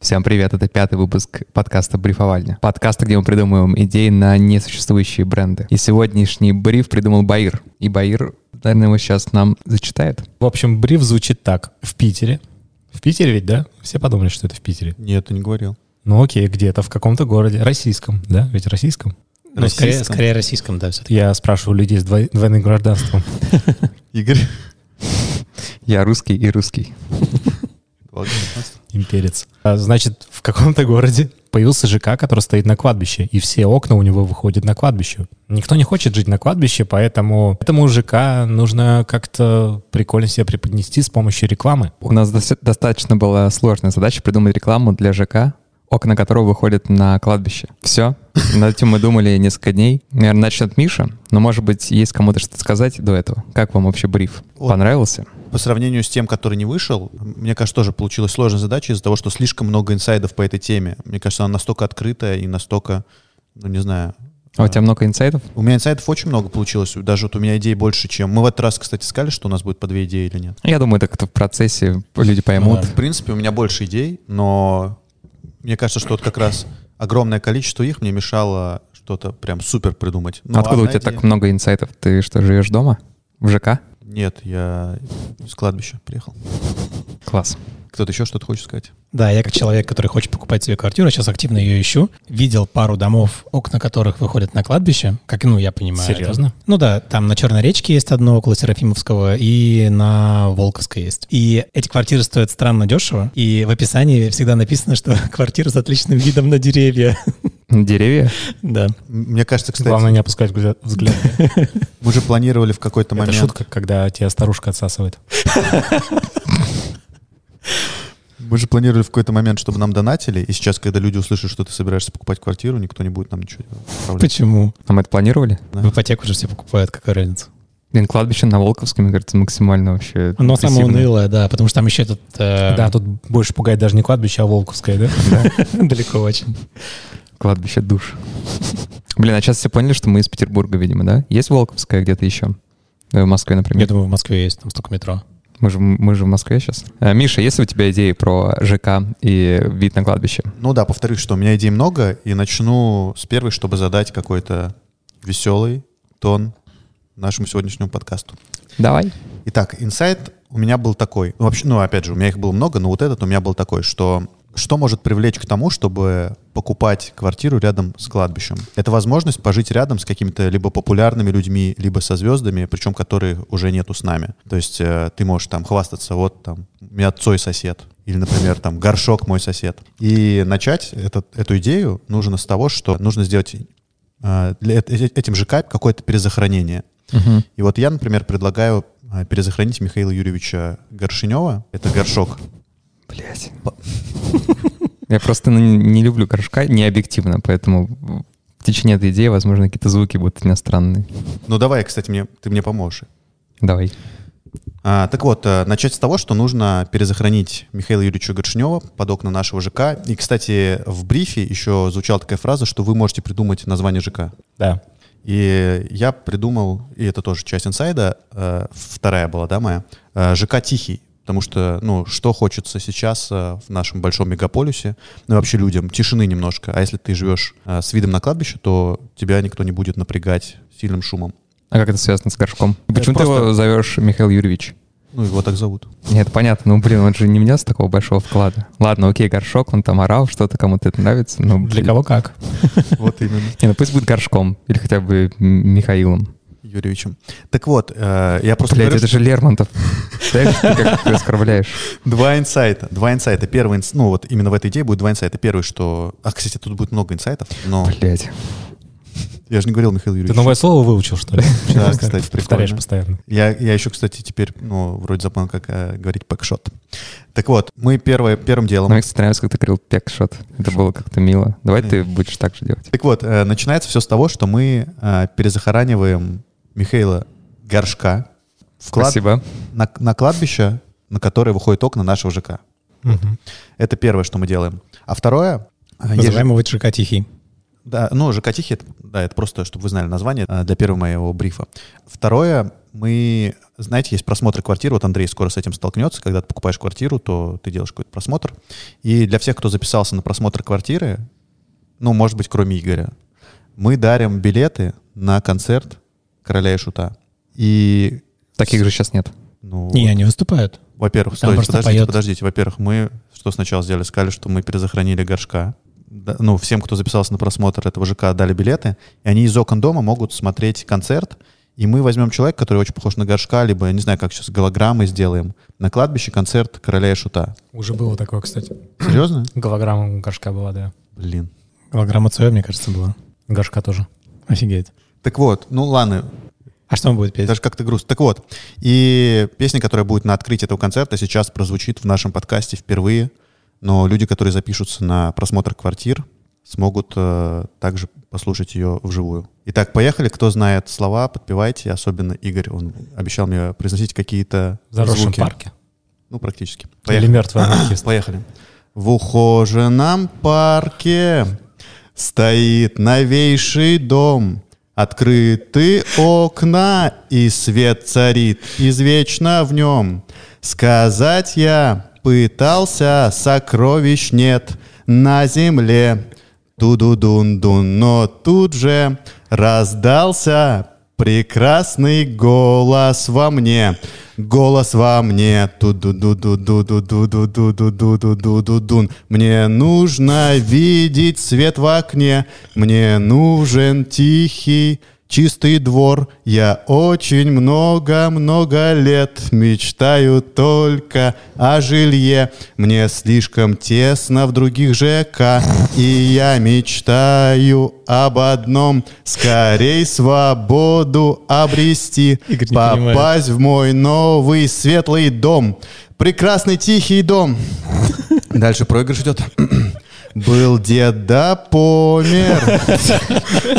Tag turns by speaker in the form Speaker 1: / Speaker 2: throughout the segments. Speaker 1: Всем привет, это пятый выпуск подкаста «Брифовальня». Подкаста, где мы придумываем идеи на несуществующие бренды. И сегодняшний бриф придумал Баир. И Баир, наверное, его сейчас нам зачитает.
Speaker 2: В общем, бриф звучит так. В Питере. В Питере ведь, да? Все подумали, что это в Питере.
Speaker 3: Нет, ты не говорил.
Speaker 2: Ну окей, где-то в каком-то городе. Российском, да? Ведь российском.
Speaker 4: Ну, скорее, скорее российском, да, все-таки.
Speaker 2: Я спрашиваю людей с двой- двойным гражданством.
Speaker 3: Игорь.
Speaker 1: Я русский и русский.
Speaker 2: Имперец. А, Значит, в каком-то городе появился ЖК, который стоит на кладбище, и все окна у него выходят на кладбище. Никто не хочет жить на кладбище, поэтому этому ЖК нужно как-то прикольно себя преподнести с помощью рекламы.
Speaker 1: У нас доста- достаточно была сложная задача придумать рекламу для ЖК, окна которого выходят на кладбище. Все. Над этим мы думали несколько дней. Наверное, начнет Миша, но, может быть, есть кому-то что-то сказать до этого. Как вам вообще бриф?
Speaker 3: Вот.
Speaker 1: Понравился?
Speaker 3: По сравнению с тем, который не вышел, мне кажется, тоже получилась сложная задача из-за того, что слишком много инсайдов по этой теме. Мне кажется, она настолько открытая и настолько, ну не знаю.
Speaker 1: А у тебя много инсайтов?
Speaker 3: У меня инсайдов очень много получилось. Даже вот у меня идей больше, чем... Мы в этот раз, кстати, сказали, что у нас будет по две идеи или нет.
Speaker 1: Я думаю, так это в процессе люди поймут.
Speaker 3: В принципе, у меня больше идей, но мне кажется, что вот как раз огромное количество их мне мешало что-то прям супер придумать. Ну,
Speaker 1: Откуда у
Speaker 3: одна
Speaker 1: тебя так
Speaker 3: идея-
Speaker 1: много инсайтов? Ты что, живешь дома? В ЖК?
Speaker 3: Нет, я с кладбища приехал.
Speaker 1: Класс.
Speaker 3: Кто-то еще что-то хочет сказать?
Speaker 4: Да, я как человек, который хочет покупать себе квартиру, сейчас активно ее ищу, видел пару домов, окна которых выходят на кладбище, как, ну, я понимаю. это-
Speaker 2: Серьезно?
Speaker 4: Ну да, там на Черной речке есть одно, около Серафимовского, и на Волковской есть. И эти квартиры стоят странно дешево, и в описании всегда написано, что квартира с отличным видом на деревья.
Speaker 1: Деревья?
Speaker 4: Да.
Speaker 3: М- Мне кажется, кстати,
Speaker 2: Главное не опускать взгля- взгляд.
Speaker 3: мы же планировали в какой-то
Speaker 2: Это
Speaker 3: момент...
Speaker 2: шутка, когда тебя старушка отсасывает.
Speaker 3: Мы же планировали в какой-то момент, чтобы нам донатили, и сейчас, когда люди услышат, что ты собираешься покупать квартиру, никто не будет нам ничего отправлять.
Speaker 4: Почему?
Speaker 1: А мы это планировали?
Speaker 4: В ипотеку же все покупают, какая разница.
Speaker 1: Блин, кладбище на Волковском, мне кажется, максимально вообще
Speaker 4: Оно самое
Speaker 1: депрессивное.
Speaker 4: унылое, да, потому что там еще этот... э,
Speaker 2: Да, тут больше пугает даже не кладбище, а Волковское, да?
Speaker 4: далеко очень.
Speaker 1: Кладбище душ. Блин, а сейчас все поняли, что мы из Петербурга, видимо, да? Есть Волковская где-то еще? Э, В Москве,
Speaker 4: Я
Speaker 1: например.
Speaker 4: думаю, в Москве есть там столько метро.
Speaker 1: Мы же, мы же в Москве сейчас. А, Миша, есть ли у тебя идеи про ЖК и вид на кладбище?
Speaker 3: Ну да, повторюсь, что у меня идей много, и начну с первой, чтобы задать какой-то веселый тон нашему сегодняшнему подкасту.
Speaker 1: Давай.
Speaker 3: Итак, инсайт у меня был такой. Ну, вообще, ну, опять же, у меня их было много, но вот этот у меня был такой, что что может привлечь к тому, чтобы покупать квартиру рядом с кладбищем? Это возможность пожить рядом с какими-то либо популярными людьми, либо со звездами, причем которые уже нету с нами. То есть э, ты можешь там хвастаться, вот там, у меня Цой сосед, или, например, там, горшок мой сосед. И начать этот, эту идею нужно с того, что нужно сделать э, для, эт- этим ЖК какое-то перезахоронение. И вот я, например, предлагаю а, перезахоронить Михаила Юрьевича Горшинева. Это горшок.
Speaker 1: Блять. Я просто ну, не не люблю горшка, не объективно, поэтому в течение этой идеи, возможно, какие-то звуки будут у меня странные.
Speaker 3: Ну давай, кстати, мне, ты мне поможешь.
Speaker 1: Давай.
Speaker 3: А, так вот, а, начать с того, что нужно перезахоронить Михаила Юрьевича Горшинева под окна нашего ЖК. И, кстати, в брифе еще звучала такая фраза, что вы можете придумать название ЖК.
Speaker 2: Да.
Speaker 3: И я придумал, и это тоже часть инсайда, э, вторая была, да, моя, э, ЖК «Тихий». Потому что, ну, что хочется сейчас э, в нашем большом мегаполисе, ну, и вообще людям, тишины немножко. А если ты живешь э, с видом на кладбище, то тебя никто не будет напрягать сильным шумом.
Speaker 1: А как это связано с горшком? Почему ты его
Speaker 3: просто-
Speaker 1: зовешь Михаил Юрьевич?
Speaker 3: Ну, его так зовут.
Speaker 1: Нет, понятно. Ну, блин, он же не внес такого большого вклада. Ладно, окей, горшок, он там орал, что-то кому-то это нравится. Ну,
Speaker 2: Для кого как.
Speaker 3: Вот именно.
Speaker 1: Не, ну пусть будет горшком или хотя бы М- Михаилом.
Speaker 3: Юрьевичем. Так вот, э, я просто...
Speaker 1: Блядь,
Speaker 3: говорю,
Speaker 1: это
Speaker 3: что-
Speaker 1: же Лермонтов. Представляешь, ты как ты оскорбляешь.
Speaker 3: Два инсайта. Два инсайта. Первый, инс- ну, вот именно в этой идее будет два инсайта. Первый, что... А, кстати, тут будет много инсайтов, но...
Speaker 1: Блядь.
Speaker 3: Я же не говорил Михаил
Speaker 2: Ты
Speaker 3: Юрьевич.
Speaker 2: новое слово выучил, что ли?
Speaker 3: Да, кстати,
Speaker 2: Повторяешь
Speaker 3: прикольно.
Speaker 2: постоянно.
Speaker 3: Я, я еще, кстати, теперь, ну, вроде запомнил, как э, говорить пэкшот. Так вот, мы первое, первым делом...
Speaker 1: Ну, Мне, кстати, нравится, как ты говорил пекшот. Это было как-то мило. Давай ты будешь так же делать.
Speaker 3: Так вот, э, начинается все с того, что мы э, перезахораниваем Михаила Горшка в клад-
Speaker 1: Спасибо.
Speaker 3: на, на кладбище, на которое выходят окна нашего ЖК.
Speaker 2: Мгм.
Speaker 3: Это первое, что мы делаем. А второе... э, есть же-
Speaker 4: Называем его ЖК Тихий.
Speaker 3: Да, ну, ЖК-тихи, это- да, это просто, чтобы вы знали название а, для первого моего брифа. Второе, мы, знаете, есть просмотр квартир, вот Андрей скоро с этим столкнется, когда ты покупаешь квартиру, то ты делаешь какой-то просмотр. И для всех, кто записался на просмотр квартиры, ну, может быть, кроме Игоря, мы дарим билеты на концерт «Короля и Шута». И,
Speaker 1: Таких же сейчас нет.
Speaker 3: ну,
Speaker 4: Не, они выступают.
Speaker 3: во-первых,
Speaker 4: Там
Speaker 3: стойте,
Speaker 4: просто
Speaker 3: подождите,
Speaker 4: поет.
Speaker 3: подождите. Во-первых, мы что сначала сделали? Сказали, что мы перезахоронили горшка. Да, ну, всем, кто записался на просмотр этого ЖК, дали билеты. И они из окон дома могут смотреть концерт. И мы возьмем человека, который очень похож на горшка, либо, я не знаю, как сейчас, голограммы сделаем. На кладбище концерт «Короля и Шута».
Speaker 2: Уже было такое, кстати.
Speaker 3: Серьезно?
Speaker 2: Голограмма горшка была, да.
Speaker 3: Блин.
Speaker 4: Голограмма Цоя, мне кажется, была.
Speaker 2: Горшка тоже.
Speaker 4: Офигеть.
Speaker 3: Так вот, ну ладно,
Speaker 4: А что он будет петь?
Speaker 3: даже как-то грустно. Так вот, и песня, которая будет на открытии этого концерта, сейчас прозвучит в нашем подкасте впервые. Но люди, которые запишутся на просмотр квартир, смогут э, также послушать ее вживую. Итак, поехали. Кто знает слова, подпевайте. Особенно Игорь, он обещал мне произносить какие-то
Speaker 2: В заросшем
Speaker 3: звуки.
Speaker 2: парке.
Speaker 3: Ну, практически.
Speaker 2: Или мертвый анархист.
Speaker 3: Поехали. В ухоженном парке стоит новейший дом. Открыты окна, и свет царит извечно в нем. Сказать я пытался, сокровищ нет на земле. Туду-дун-дун, но тут же раздался прекрасный голос во мне. Голос во мне. Туду-ду-ду-ду-ду-ду-ду-ду-ду-ду-ду-ду-дун. Мне нужно видеть свет в окне. Мне нужен тихий Чистый двор, я очень много-много лет мечтаю только о жилье. Мне слишком тесно в других ЖК, и я мечтаю об одном. Скорей свободу обрести,
Speaker 4: Игорь не понимает.
Speaker 3: попасть в мой новый светлый дом. Прекрасный тихий дом. Дальше проигрыш идет. Был дед да помер.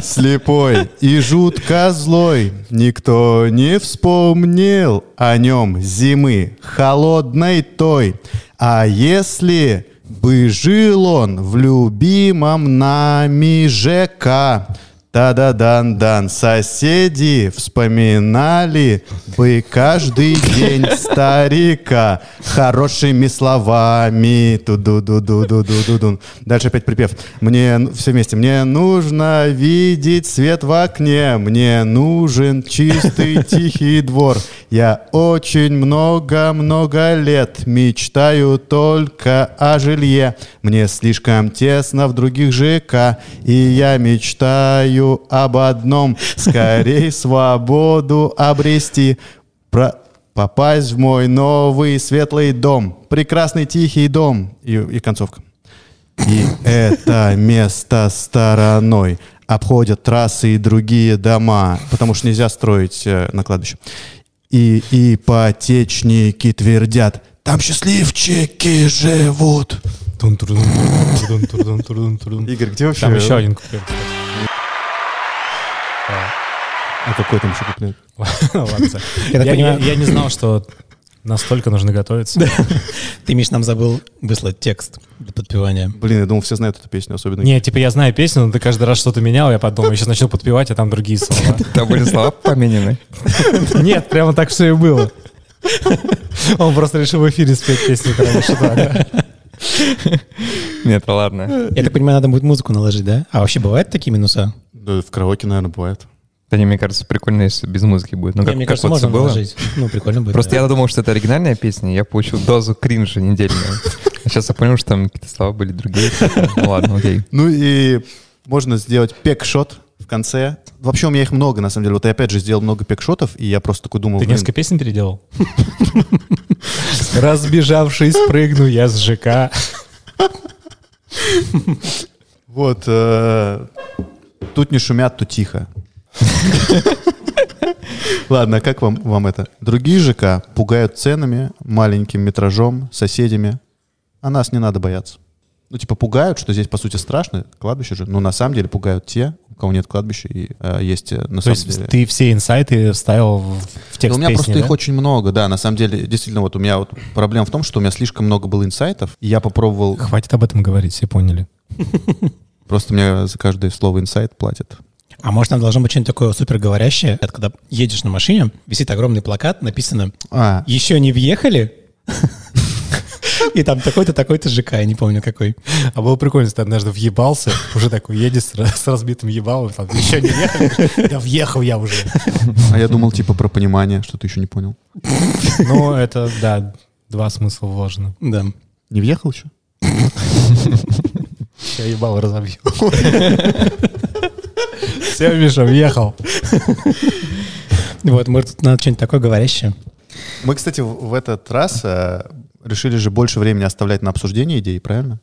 Speaker 3: Слепой и жутко злой, никто не вспомнил о нем зимы холодной той. А если бы жил он в любимом нами ЖК, Та-да-дан-дан, соседи вспоминали бы каждый день старика хорошими словами. Ту-ду-ду-ду-ду-ду-ду-дун. Дальше опять припев. Мне, ну, все вместе, мне нужно видеть свет в окне, мне нужен чистый тихий двор. Я очень много-много лет мечтаю только о жилье. Мне слишком тесно в других ЖК, и я мечтаю об одном. Скорей свободу обрести, про- попасть в мой новый светлый дом. Прекрасный тихий дом. И, и концовка. И это место стороной обходят трассы и другие дома, потому что нельзя строить э, на кладбище. И ипотечники твердят, там счастливчики живут.
Speaker 2: Тун-турдун, тун-турдун, тун-турдун, тун-турдун.
Speaker 3: Игорь, где вообще?
Speaker 2: Там еще один куплет. кстати.
Speaker 3: А какой там еще куплет?
Speaker 2: Ладно, Саш.
Speaker 4: Я так
Speaker 2: Я- Я
Speaker 4: понимаю-
Speaker 2: я не знал, что настолько нужно готовиться.
Speaker 4: Ты, Миш, нам забыл выслать текст для подпевания.
Speaker 3: Блин, я думал, все знают эту песню, особенно...
Speaker 2: Не, типа я знаю песню, но ты каждый раз что-то менял, я подумал, я сейчас начну подпевать, а там другие слова.
Speaker 1: Там были слова поменены.
Speaker 2: Нет, прямо так все и было. Он просто решил в эфире спеть песню «Короля Шута», да.
Speaker 1: Нет, ну ладно.
Speaker 4: Я так понимаю, надо будет музыку наложить, да? А вообще бывают такие
Speaker 1: Ну,
Speaker 4: минуса?
Speaker 3: Да, в караоке, наверное, бывает.
Speaker 1: Да не, мне кажется, прикольно, если без музыки будет. Ну,
Speaker 4: Не,
Speaker 1: как,
Speaker 4: мне
Speaker 1: как
Speaker 4: кажется,
Speaker 1: вот всё
Speaker 4: можно
Speaker 1: было.
Speaker 4: наложить. Ну, прикольно будет.
Speaker 1: Просто
Speaker 4: да.
Speaker 1: я думал, что это оригинальная песня, я получил дозу кринжа недельную. А сейчас я понял, что там какие-то слова были другие. Ну ладно, окей.
Speaker 3: Ну и можно сделать пек-шот в конце. Вообще у меня их много, на самом деле. Вот я опять же сделал много пек-шотов, и я просто такой думал...
Speaker 2: Ты
Speaker 3: блин,
Speaker 2: несколько песен переделал? Разбежавшись, прыгну я с ЖК.
Speaker 3: Вот, э, тут не шумят, тут тихо. Ладно, а как вам, вам это? Другие ЖК пугают ценами, маленьким метражом, соседями. А нас не надо бояться. Ну, типа, пугают, что здесь, по сути, страшно, кладбище же. Но на самом деле пугают те, у кого нет кладбища и э, есть э, на
Speaker 2: То
Speaker 3: самом
Speaker 2: есть
Speaker 3: деле...
Speaker 2: ты все инсайты вставил в в
Speaker 3: Да
Speaker 2: текст
Speaker 3: у меня
Speaker 2: песни,
Speaker 3: просто
Speaker 2: да?
Speaker 3: их очень много, да. На самом деле, действительно, вот у меня вот проблема в том, что у меня слишком много было инсайтов, и я попробовал...
Speaker 2: Хватит об этом говорить, все поняли.
Speaker 3: Просто мне за каждое слово инсайт платят.
Speaker 4: А может, там должно быть что-нибудь такое суперговорящее? Это когда едешь на машине, висит огромный плакат, написано
Speaker 3: А,
Speaker 4: «Еще не въехали?» И там такой-то, такой-то ЖК, я не помню какой.
Speaker 2: А было прикольно, если ты однажды въебался, уже такой едешь с, раз- с разбитым ебалом, там, еще не ехали, да въехал я уже.
Speaker 3: а я думал типа про понимание, что ты еще не понял.
Speaker 2: Ну, это, да, два смысла вложено.
Speaker 4: Да.
Speaker 3: Не въехал еще?
Speaker 2: Я ебал разобью. Все, Миша, въехал.
Speaker 4: Вот, может, тут надо что-нибудь такое говорящее.
Speaker 3: Мы, кстати, в в этот раз э, решили же больше времени оставлять на обсуждение идей, правильно?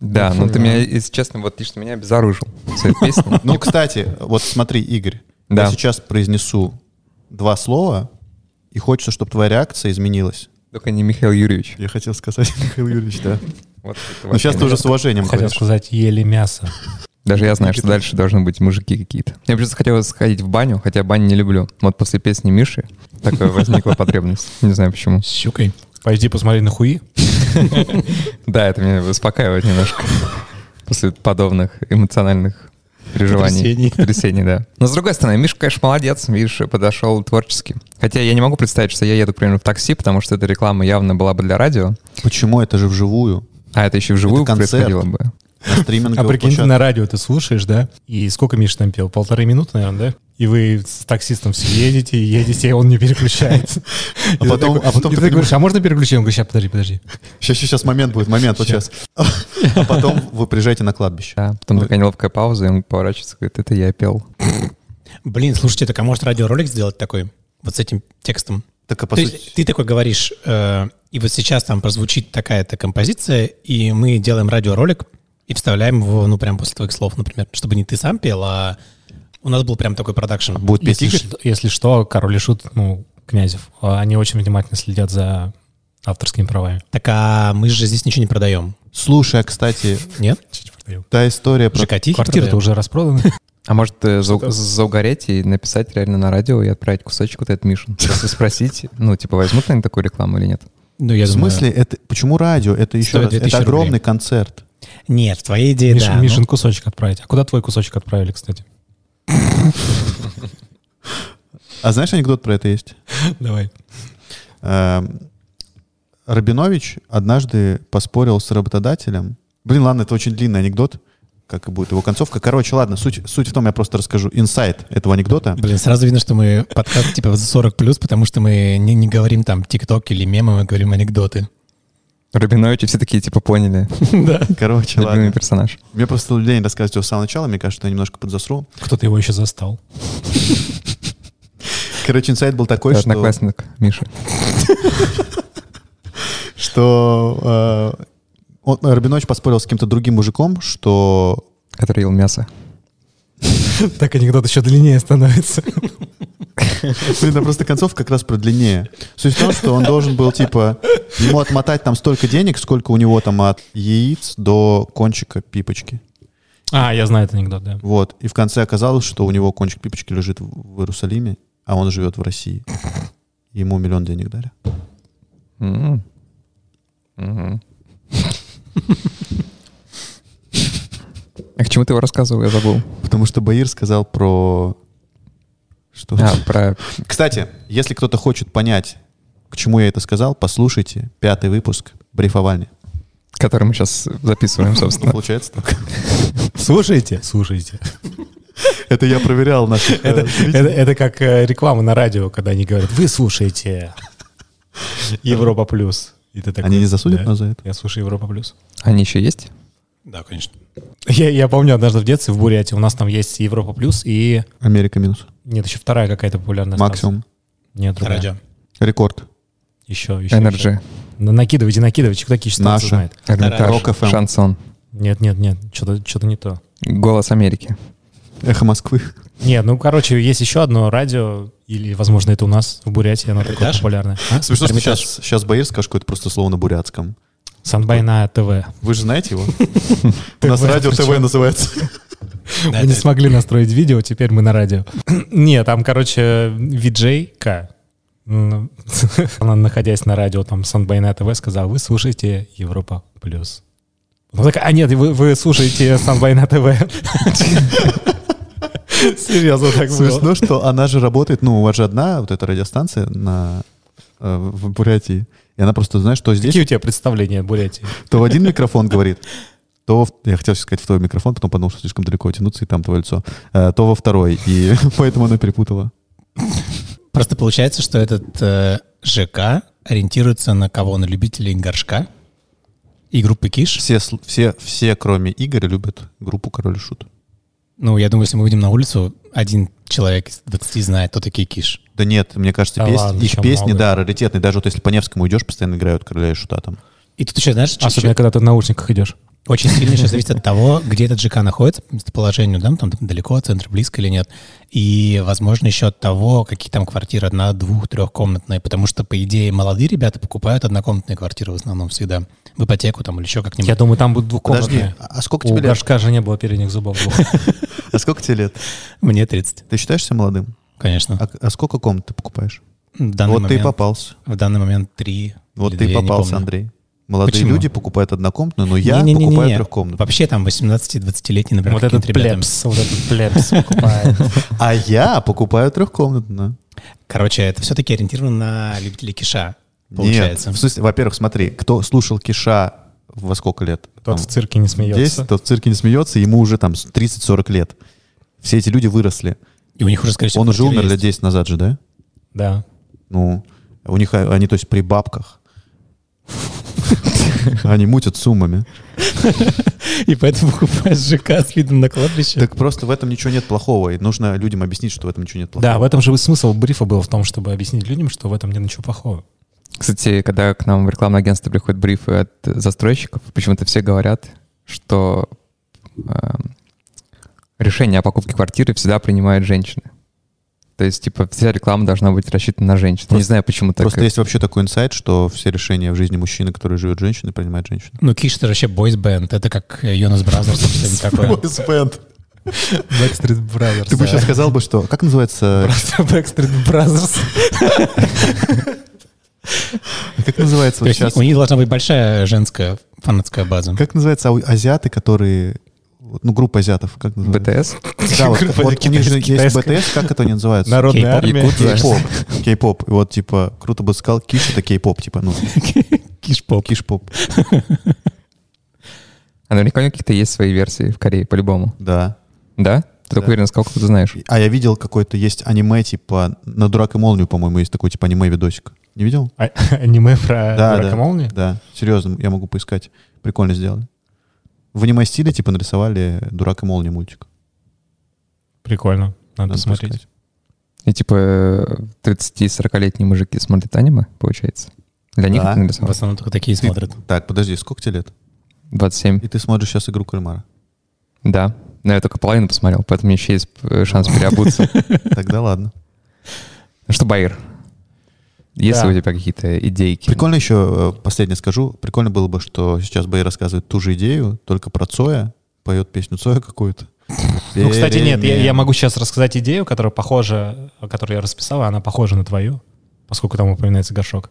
Speaker 1: Да, ну ты меня, если честно, вот лично меня обезоружил своей песней.
Speaker 3: Ну, кстати, вот смотри, Игорь,
Speaker 1: Да.
Speaker 3: я сейчас произнесу два слова, и хочется, чтобы твоя реакция изменилась.
Speaker 1: Только не Михаил Юрьевич.
Speaker 3: Я хотел сказать, Михаил Юрьевич, да.
Speaker 1: Вот это
Speaker 3: Но сейчас
Speaker 1: вообще
Speaker 3: ты уже
Speaker 1: нет.
Speaker 3: с уважением
Speaker 2: Хотел
Speaker 3: ходишь.
Speaker 2: сказать, ели мясо.
Speaker 1: Даже я знаю, что дальше должны быть мужики какие-то. Я просто хотел сходить в баню, хотя баню не люблю. Вот после песни Миши такая возникла потребность. Не знаю почему.
Speaker 4: С щукой.
Speaker 2: Пойди посмотри на хуи.
Speaker 1: Да, это меня успокаивает немножко после подобных эмоциональных переживаний.
Speaker 4: Потрясений.
Speaker 1: Потрясений, да. Но с другой стороны, Миша, конечно, молодец. Видишь, подошел творчески. Хотя я не могу представить, что я еду, например, в такси, потому что эта реклама явно была бы для радио,
Speaker 3: Почему это же вживую?
Speaker 1: а это еще вживую
Speaker 3: Это концерт.
Speaker 1: происходило бы.
Speaker 3: На
Speaker 2: А
Speaker 3: стриминговой
Speaker 2: прикинь, ты
Speaker 3: площадке.
Speaker 2: на радио ты слушаешь, да? И сколько Миша там пел? Полторы минуты, наверное, да? И вы с таксистом все едете, и едете, и он не переключается. И ты
Speaker 3: потом-
Speaker 2: такой-
Speaker 3: а потом
Speaker 2: и
Speaker 3: ты
Speaker 2: ты говоришь, а можно переключить? Он говорит, сейчас, подожди, подожди.
Speaker 3: Сейчас, сейчас момент будет, момент, вот сейчас. А потом вы приезжаете на кладбище.
Speaker 1: Да, потом такая неловкая пауза, и он поворачивается, говорит, это я пел.
Speaker 4: Блин, слушайте, так а может радиоролик сделать такой? Вот с этим текстом.
Speaker 3: Так а по
Speaker 4: То
Speaker 3: сути...
Speaker 4: есть ты такой говоришь, э, и вот сейчас там прозвучит такая-то композиция, и мы делаем радиоролик и вставляем его, ну, прям после твоих слов, например, чтобы не ты сам пел, а у нас был прям такой продакшн.
Speaker 3: А Будет петь
Speaker 2: Если,
Speaker 3: Игорь?
Speaker 2: что, если что, король и шут, ну, князев, а, они очень внимательно следят за авторскими правами.
Speaker 4: Так а мы же здесь ничего не продаем,
Speaker 3: Слушай, а, кстати,
Speaker 4: нет?
Speaker 2: Чуть-чуть продаем.
Speaker 3: та история про...
Speaker 4: Жикатихи
Speaker 2: Квартиры-то
Speaker 4: продаем?
Speaker 2: уже распроданы.
Speaker 1: А может, э, зау- заугореть и написать реально на радио и отправить кусочек вот этот Мишин? Просто спросить, ну, типа, возьмут они такую рекламу или нет?
Speaker 4: Ну, я
Speaker 3: В смысле, это почему радио? Это еще
Speaker 4: Стоит
Speaker 3: раз,
Speaker 4: 2000
Speaker 3: это огромный
Speaker 4: рублей.
Speaker 3: концерт.
Speaker 4: Нет, в твоей идее,
Speaker 2: Миша-
Speaker 4: да. ну,
Speaker 2: Мишин кусочек отправить. А куда твой кусочек отправили, кстати?
Speaker 3: А знаешь анекдот про это есть?
Speaker 2: Давай.
Speaker 3: Эм, Рабинович однажды поспорил с работодателем. Блин, ладно, это очень длинный анекдот, как и будет его концовка. Короче, ладно, суть, суть в том, я просто расскажу инсайт этого анекдота.
Speaker 4: Блин, сразу видно, что мы подкаст типа за 40 плюс, потому что мы не, не говорим там тикток или мемы, мы говорим анекдоты.
Speaker 1: Рабиновичи все такие, типа, поняли,
Speaker 4: Да.
Speaker 3: Короче,
Speaker 1: любимый
Speaker 3: ладно.
Speaker 1: персонаж.
Speaker 3: Мне просто лень рассказывать его с самого начала, мне кажется, что я немножко подзасру.
Speaker 2: Кто-то его еще застал.
Speaker 3: Короче, инсайт был такой,
Speaker 1: Ты
Speaker 3: что...
Speaker 1: Одноклассник Миша.
Speaker 3: что э, он, Рабинович поспорил с каким-то другим мужиком, что
Speaker 1: который ел мясо.
Speaker 2: Так анекдот еще длиннее становится.
Speaker 3: Блин, да просто концовка как раз про длиннее. Суть в том, что он должен был, типа, ему отмотать там столько денег, сколько у него там от яиц до кончика пипочки.
Speaker 2: А, я знаю этот анекдот, да.
Speaker 3: Вот. И в конце оказалось, что у него кончик пипочки лежит в в Иерусалиме, а он живет в России. Ему миллион денег дали.
Speaker 1: М. Мгм. А к чему ты его рассказывал? Я забыл.
Speaker 3: Потому что Баир сказал про... Что?
Speaker 1: А, про...
Speaker 3: Кстати, если кто-то хочет понять, к чему я это сказал, послушайте пятый выпуск брифовальни.
Speaker 1: Который мы сейчас записываем, собственно.
Speaker 3: Получается так?
Speaker 2: Слушайте? Слушайте.
Speaker 3: Это я проверял наших э, зрителей.
Speaker 2: Это, это как э, реклама на радио, когда они говорят, вы слушаете Европа Плюс. И ты такой,
Speaker 3: Они не засудят
Speaker 2: «Да,
Speaker 3: нас за это?
Speaker 2: Я слушаю Европа Плюс.
Speaker 1: Они еще есть?
Speaker 4: Да, конечно.
Speaker 2: Я, я помню однажды в детстве в Бурятии у нас там есть Европа Плюс и...
Speaker 3: Америка минус.
Speaker 2: Нет, еще вторая какая-то популярная станция.
Speaker 3: Максимум.
Speaker 2: Нет, другая.
Speaker 4: Радио.
Speaker 3: Рекорд.
Speaker 2: Еще, еще. еще.
Speaker 1: Энерджи,
Speaker 2: На- Накидывайте, накидывайте, кто такие
Speaker 3: Наша.
Speaker 2: станции знает.
Speaker 1: Эрмитаж,
Speaker 3: Рок FM.
Speaker 1: Шансон,
Speaker 2: Нет, нет, нет, что-то не то.
Speaker 1: Голос Америки.
Speaker 3: Эхо Москвы.
Speaker 2: Нет, ну, короче, есть еще одно радио, или, возможно, это у нас в Бурятии, оно такое
Speaker 4: Эрмитаж?
Speaker 2: популярное.
Speaker 3: Смешно, Ну А что
Speaker 4: Эрмитаж.
Speaker 3: сейчас, сейчас Баир скажет какое-то просто слово на бурятском.
Speaker 2: Санбай на ТВ.
Speaker 3: Вы же знаете его? У нас
Speaker 2: ТВ,
Speaker 3: радио ТВ
Speaker 2: причем.
Speaker 3: называется.
Speaker 4: Да,
Speaker 2: Мы не
Speaker 4: это-
Speaker 2: смогли настроить видео, теперь мы на радио. Нет, там, короче, виджейка, м, она, находясь на радио, там, Санбайна ТВ сказал, вы слушаете Европа Плюс. Ну, так, а нет, вы, вы слушаете Санбай на ТВ. Серьезно, так было.
Speaker 3: Смешно, что она же работает, ну, у вас же одна вот эта радиостанция на, э, в Бурятии. И она просто, знаешь, что здесь,
Speaker 2: Какие у тебя представления о Бурятии?
Speaker 3: то в один микрофон говорит, то, в- я хотел сейчас сказать в твой микрофон, потом подумал, что слишком далеко тянуться, и там твое лицо, э, то во второй, и поэтому она перепутала.
Speaker 4: Просто получается, что этот э, ЖК ориентируется на кого? На любителей горшка и группы Киш.
Speaker 3: Все, сл- все, все, кроме Игоря, любят группу «Король и Шут».
Speaker 4: Ну, я думаю, если мы выйдем на улицу, один человек из 20 знает, кто такие Киш.
Speaker 3: Да нет, мне кажется,
Speaker 2: Да
Speaker 3: пес-
Speaker 2: ладно,
Speaker 3: их
Speaker 2: еще
Speaker 3: песни,
Speaker 2: много.
Speaker 3: да, раритетные. Даже вот если по Невскому идешь, постоянно играют «Короля и Шута» там.
Speaker 4: И тут еще, знаешь, чё-
Speaker 2: Особенно, когда ты в наушниках идешь.
Speaker 4: Очень сильно еще зависит от того, где этот ЖК находится, по местоположению, да, там далеко от центра, близко или нет. И, возможно, еще от того, какие там квартиры одна, двух, трехкомнатные, потому что, по идее, молодые ребята покупают однокомнатные квартиры в основном всегда, в ипотеку там или еще как-нибудь.
Speaker 2: Я думаю, там будут двухкомнатные.
Speaker 3: Подожди, а сколько
Speaker 2: У
Speaker 3: тебе лет?
Speaker 2: горшка же не было передних зубов. двух.
Speaker 3: А сколько тебе лет?
Speaker 4: Мне 30,
Speaker 3: Ты считаешься молодым?
Speaker 4: конечно.
Speaker 3: А, а сколько комнат ты покупаешь?
Speaker 4: в данный
Speaker 3: вот ты и
Speaker 4: момент,
Speaker 3: попался.
Speaker 4: В данный момент три.
Speaker 3: Вот
Speaker 4: или
Speaker 3: ты
Speaker 4: две,
Speaker 3: и
Speaker 4: я не
Speaker 3: попался,
Speaker 4: помню.
Speaker 3: Андрей. Молодые
Speaker 4: Почему?
Speaker 3: люди покупают однокомнатную, но я
Speaker 4: Не-не-не-не-не.
Speaker 3: покупаю трехкомнатную.
Speaker 4: Вообще там 18-20-летний, например,
Speaker 2: Вот этот
Speaker 4: какие-то ребята.
Speaker 2: плепс, вот этот плепс покупает.
Speaker 3: А я покупаю трехкомнатную.
Speaker 4: Короче, это все-таки ориентировано на любителей киша,
Speaker 3: Нет,
Speaker 4: получается.
Speaker 3: в смысле, во-первых, смотри, кто слушал Киша во сколько лет?
Speaker 2: Тот
Speaker 3: Там
Speaker 2: в цирке не
Speaker 3: 10,
Speaker 2: смеется.
Speaker 3: тот в цирке не смеется, ему уже там 30-40 лет. Все эти люди выросли.
Speaker 4: И у них уже, скорее всего,
Speaker 3: Он уже
Speaker 4: квартира
Speaker 3: умер лет
Speaker 4: есть.
Speaker 3: 10 назад же, да?
Speaker 2: Да.
Speaker 3: Ну, у них а, они, то есть, при бабках. Они мутят суммами.
Speaker 4: И поэтому покупаешь ЖК с видом на кладбище.
Speaker 3: Так просто в этом ничего нет плохого. И нужно людям объяснить, что в этом ничего нет плохого.
Speaker 2: Да, в этом же смысл брифа был в том, чтобы объяснить людям, что в этом нет ничего плохого.
Speaker 1: Кстати, когда к нам в рекламное агентство приходят брифы от застройщиков, почему-то все говорят, что эм, решение о покупке квартиры всегда принимают женщины. То есть, типа, вся реклама должна быть рассчитана на женщин. Не
Speaker 3: Просто-
Speaker 1: знаю, почему так.
Speaker 3: Просто есть вообще такой инсайт, что все решения в жизни мужчины, который живет женщиной, принимает женщина.
Speaker 4: Ну, Киш это вообще бойс бенд Это как э, Йонас Бразерс или что-нибудь такое.
Speaker 2: Backstreet Brothers.
Speaker 3: Ты бы сейчас сказал бы, что... Как называется...
Speaker 2: Backstreet Brothers.
Speaker 3: Как называется
Speaker 4: То
Speaker 3: вот
Speaker 4: есть
Speaker 3: сейчас...
Speaker 4: у них должна быть большая женская фанатская база.
Speaker 3: Как называется ау- азиаты, которые... вот, Ну, группа азиатов, как называется?
Speaker 1: БТС?
Speaker 3: Да, вот,
Speaker 2: Группа
Speaker 3: вот у них же есть
Speaker 2: китайская.
Speaker 3: БТС, как это они называются?
Speaker 2: Народная
Speaker 4: Кей-поп.
Speaker 2: армия.
Speaker 1: Якут, да.
Speaker 3: Кей-поп. Кей-поп. И Вот, типа, круто бы сказал, киш это кей-поп, типа, ну,
Speaker 4: Киш-поп.
Speaker 3: киш-поп.
Speaker 1: А наверняка у них какие-то есть свои версии в Корее, по-любому.
Speaker 3: Да.
Speaker 1: Да? Ты так
Speaker 3: Да.
Speaker 1: уверен, сколько ты знаешь?
Speaker 3: А я видел какой-то есть аниме, типа, на Дурак и Молнию, по-моему, есть такой, типа, аниме-видосик. Не видел?
Speaker 2: А- Аниме про
Speaker 3: Да,
Speaker 2: Дурака
Speaker 3: да.
Speaker 2: Молнии?
Speaker 3: Да, серьезно, я могу поискать. Прикольно сделали. В аниме-стиле, типа, нарисовали «Дурак и молния» мультик.
Speaker 2: Прикольно. Надо
Speaker 3: Надо
Speaker 2: посмотреть.
Speaker 3: поискать.
Speaker 1: И типа э, 30-40-летние мужики смотрят аниме, получается? Для них
Speaker 3: Да.
Speaker 1: это
Speaker 4: В
Speaker 1: нарисовано?
Speaker 4: основном только такие
Speaker 3: Ты-
Speaker 4: смотрят.
Speaker 3: Так, подожди, сколько тебе лет?
Speaker 1: 27.
Speaker 3: И ты смотришь сейчас «Игру кальмара».
Speaker 1: Да. Но я только половину посмотрел, поэтому у меня еще есть э, шанс переобуться.
Speaker 3: Тогда ладно.
Speaker 1: Ну что, Баир, есть
Speaker 2: Да.
Speaker 1: ли у тебя какие-то идейки?
Speaker 3: Прикольно еще, э, последнее скажу, прикольно было бы, что сейчас Бэй рассказывает ту же идею, только про Цоя, поет песню Цоя какую-то.
Speaker 2: Ну, кстати, нет, я, я могу сейчас рассказать идею, которая похожа, которую я расписала, она похожа на твою, поскольку там упоминается горшок.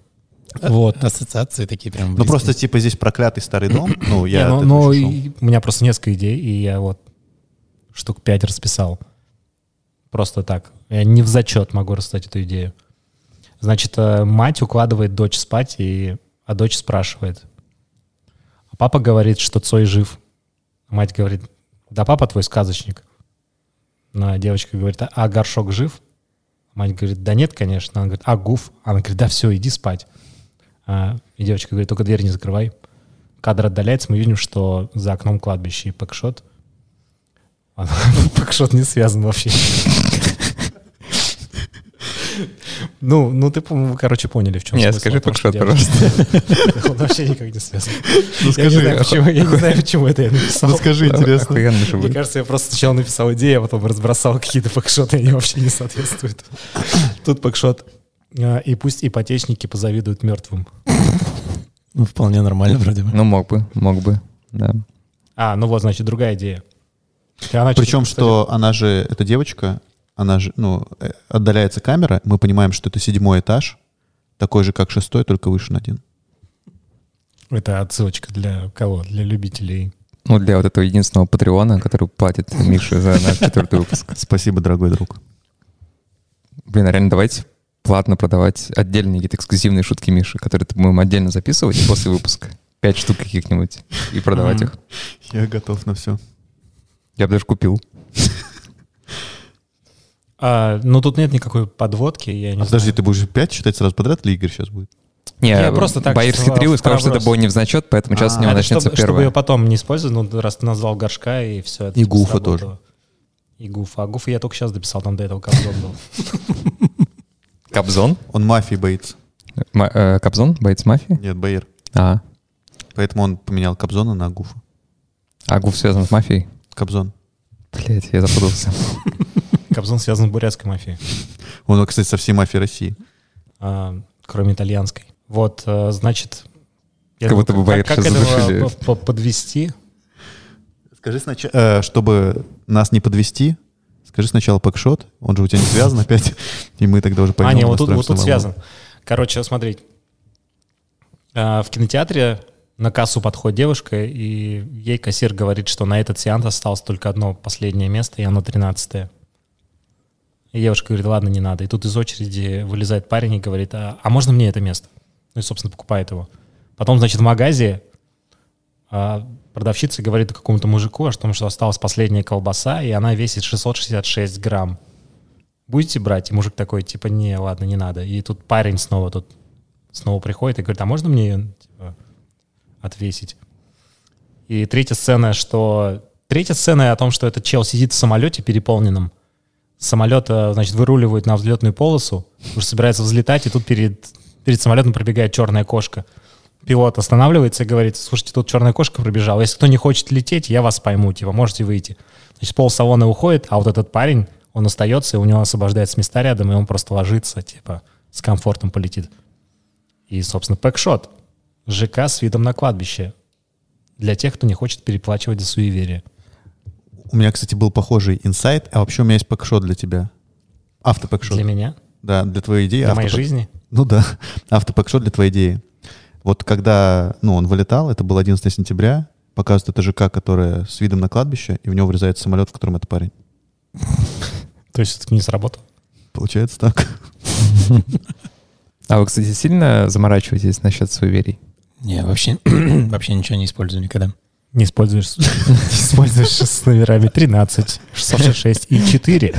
Speaker 2: Вот.
Speaker 4: Ассоциации такие прям.
Speaker 3: Ну,
Speaker 4: близкие.
Speaker 3: просто, типа, здесь проклятый старый дом. Ну, я...
Speaker 2: Не, ну,
Speaker 3: от этого
Speaker 2: ну,
Speaker 3: шел.
Speaker 2: и- у меня просто несколько идей, и я вот штук пять расписал. Просто так. Я не в зачет могу рассказать эту идею. Значит, э, мать укладывает дочь спать, и, а дочь спрашивает. А папа говорит, что Цой жив. Мать говорит, да папа твой сказочник. Ну, а девочка говорит, «А- а горшок жив? Мать говорит, да нет, конечно. Она говорит, а гуф? Она говорит, да все, иди спать. А, и девочка говорит, только дверь не закрывай. Кадр отдаляется, мы видим, что за окном кладбище и пэкшот. А, Пэкшот не связан вообще. Ну, ну ты, по-моему, короче, поняли, в чем
Speaker 1: Не,
Speaker 2: смысл.
Speaker 1: скажи
Speaker 2: о том, что
Speaker 1: пэкшот, Ну,
Speaker 2: девочка- Он вообще никак не связан. Я не знаю, почему- я
Speaker 1: а
Speaker 2: не знаю, почему это я написал.
Speaker 3: Расскажи, интересно.
Speaker 1: Охуенно же
Speaker 2: Мне
Speaker 1: будет.
Speaker 2: кажется, я просто сначала написал идею, а потом разбросал какие-то пакшоты, и они вообще не соответствуют. Тут пакшот. а, И пусть ипотечники позавидуют мертвым.
Speaker 4: Ну, вполне нормально вроде бы.
Speaker 1: Ну, мог бы, мог бы, да.
Speaker 2: А, ну вот, значит, другая идея. И она что-то,
Speaker 3: Причем,
Speaker 2: кстати,
Speaker 3: что она же, эта девочка, она же, ну, э, отдаляется камера, мы понимаем, что это седьмой этаж, такой же, как шестой, только выше на один.
Speaker 2: Это отсылочка для кого? Для любителей.
Speaker 1: Ну, для вот этого единственного патреона, который платит Мише за наш четвертый выпуск.
Speaker 3: Спасибо, дорогой друг.
Speaker 1: Блин, а реально давайте платно продавать отдельные какие-то эксклюзивные шутки Миши, которые ты будем отдельно записывать после выпуска. Пять штук каких-нибудь и продавать их.
Speaker 3: Я готов на все.
Speaker 1: Я бы даже купил.
Speaker 2: А, ну, тут нет никакой подводки, я не
Speaker 3: А подожди,
Speaker 2: знаю.
Speaker 3: ты будешь пять читать сразу подряд, или Игорь сейчас будет?
Speaker 1: Не,
Speaker 2: Я просто так
Speaker 1: Баир
Speaker 2: в-
Speaker 1: схитрил и
Speaker 2: в
Speaker 1: сказал, что это
Speaker 2: проброс.
Speaker 1: было невзначет, поэтому сейчас
Speaker 3: А,
Speaker 1: с него
Speaker 2: Это
Speaker 1: начнется
Speaker 2: чтобы, чтобы ее
Speaker 1: первое.
Speaker 2: потом не использовать, ну, раз ты назвал горшка и все. Это,
Speaker 3: И
Speaker 2: типа,
Speaker 3: Гуфа
Speaker 2: сработало.
Speaker 3: тоже.
Speaker 2: И гуфа. А гуфа я только сейчас дописал, там до этого Кобзон был.
Speaker 1: Кобзон?
Speaker 3: Он мафии боится.
Speaker 1: Ма- э, Кобзон? Боец мафии?
Speaker 3: Нет, Баир.
Speaker 1: А,
Speaker 3: Поэтому он поменял Кобзона на Гуфа.
Speaker 1: а Гуф связан с мафией?
Speaker 3: Кобзон.
Speaker 1: Блять, я запутался.
Speaker 2: Кобзон связан с бурятской мафией,
Speaker 3: Он, кстати, со всей мафией России.
Speaker 2: а, кроме итальянской. Вот, а, значит... я
Speaker 1: Как будто
Speaker 2: думаю,
Speaker 1: бы Баир
Speaker 2: как,
Speaker 1: сейчас
Speaker 2: как этого
Speaker 1: задушили.
Speaker 2: по- по- подвести?
Speaker 3: Скажи сначала... Чтобы нас не подвести, скажи сначала пэкшот. Он же у тебя не связан опять. И мы тогда уже поймем.
Speaker 2: а, не, вот тут, вот
Speaker 3: настроимся
Speaker 2: тут
Speaker 3: на
Speaker 2: связан. Короче, смотри. А, В кинотеатре на кассу подходит девушка, и ей кассир говорит, что на этот сеанс осталось только одно последнее место, и оно 13 И девушка говорит, ладно, не надо. И тут из очереди вылезает парень и говорит, а, а можно мне это место? Ну и, собственно, покупает его. Потом, значит, в магазе а, продавщица говорит какому-то мужику о том, что осталась последняя колбаса, и она весит 666 грамм будете брать? И мужик такой, типа, не, ладно, не надо. И тут парень снова тут снова приходит и говорит, а можно мне ее типа, отвесить? И третья сцена, что... Третья сцена о том, что этот чел сидит в самолете переполненном. С Самолета, э, значит, выруливают на взлетную полосу, уже собирается взлетать, и тут перед, перед самолетом пробегает черная кошка. Пилот останавливается и говорит, слушайте, тут черная кошка пробежала, если кто не хочет лететь, я вас пойму, типа, можете выйти. Значит, пол салона уходит, а вот этот парень, он остается, и у него освобождается места рядом, и он просто ложится, типа, с комфортом полетит. И, собственно, пэкшот. ЖК с видом на кладбище. Для тех, кто не хочет переплачивать за суеверие.
Speaker 3: волну. У меня, кстати, был похожий инсайт. А вообще у меня есть пэкшот для тебя. Автопэкшот.
Speaker 2: Для меня,
Speaker 3: Да, для твоей идеи.
Speaker 2: для моей
Speaker 3: автопэк-
Speaker 2: жизни.
Speaker 3: Ну да, автопэкшот для твоей идеи. Вот когда, ну, он вылетал, это было 11 сентября, показывают это ЖК, которое с видом на кладбище, и в него врезается самолет, в котором этот парень.
Speaker 2: То есть это не сработало.
Speaker 3: Получается так.
Speaker 1: А вы, кстати, сильно заморачиваетесь насчет суеверий?
Speaker 4: Не, вообще, вообще ничего не использую никогда.
Speaker 2: Не используешь. Используешь с номерами 13, 666 и 4.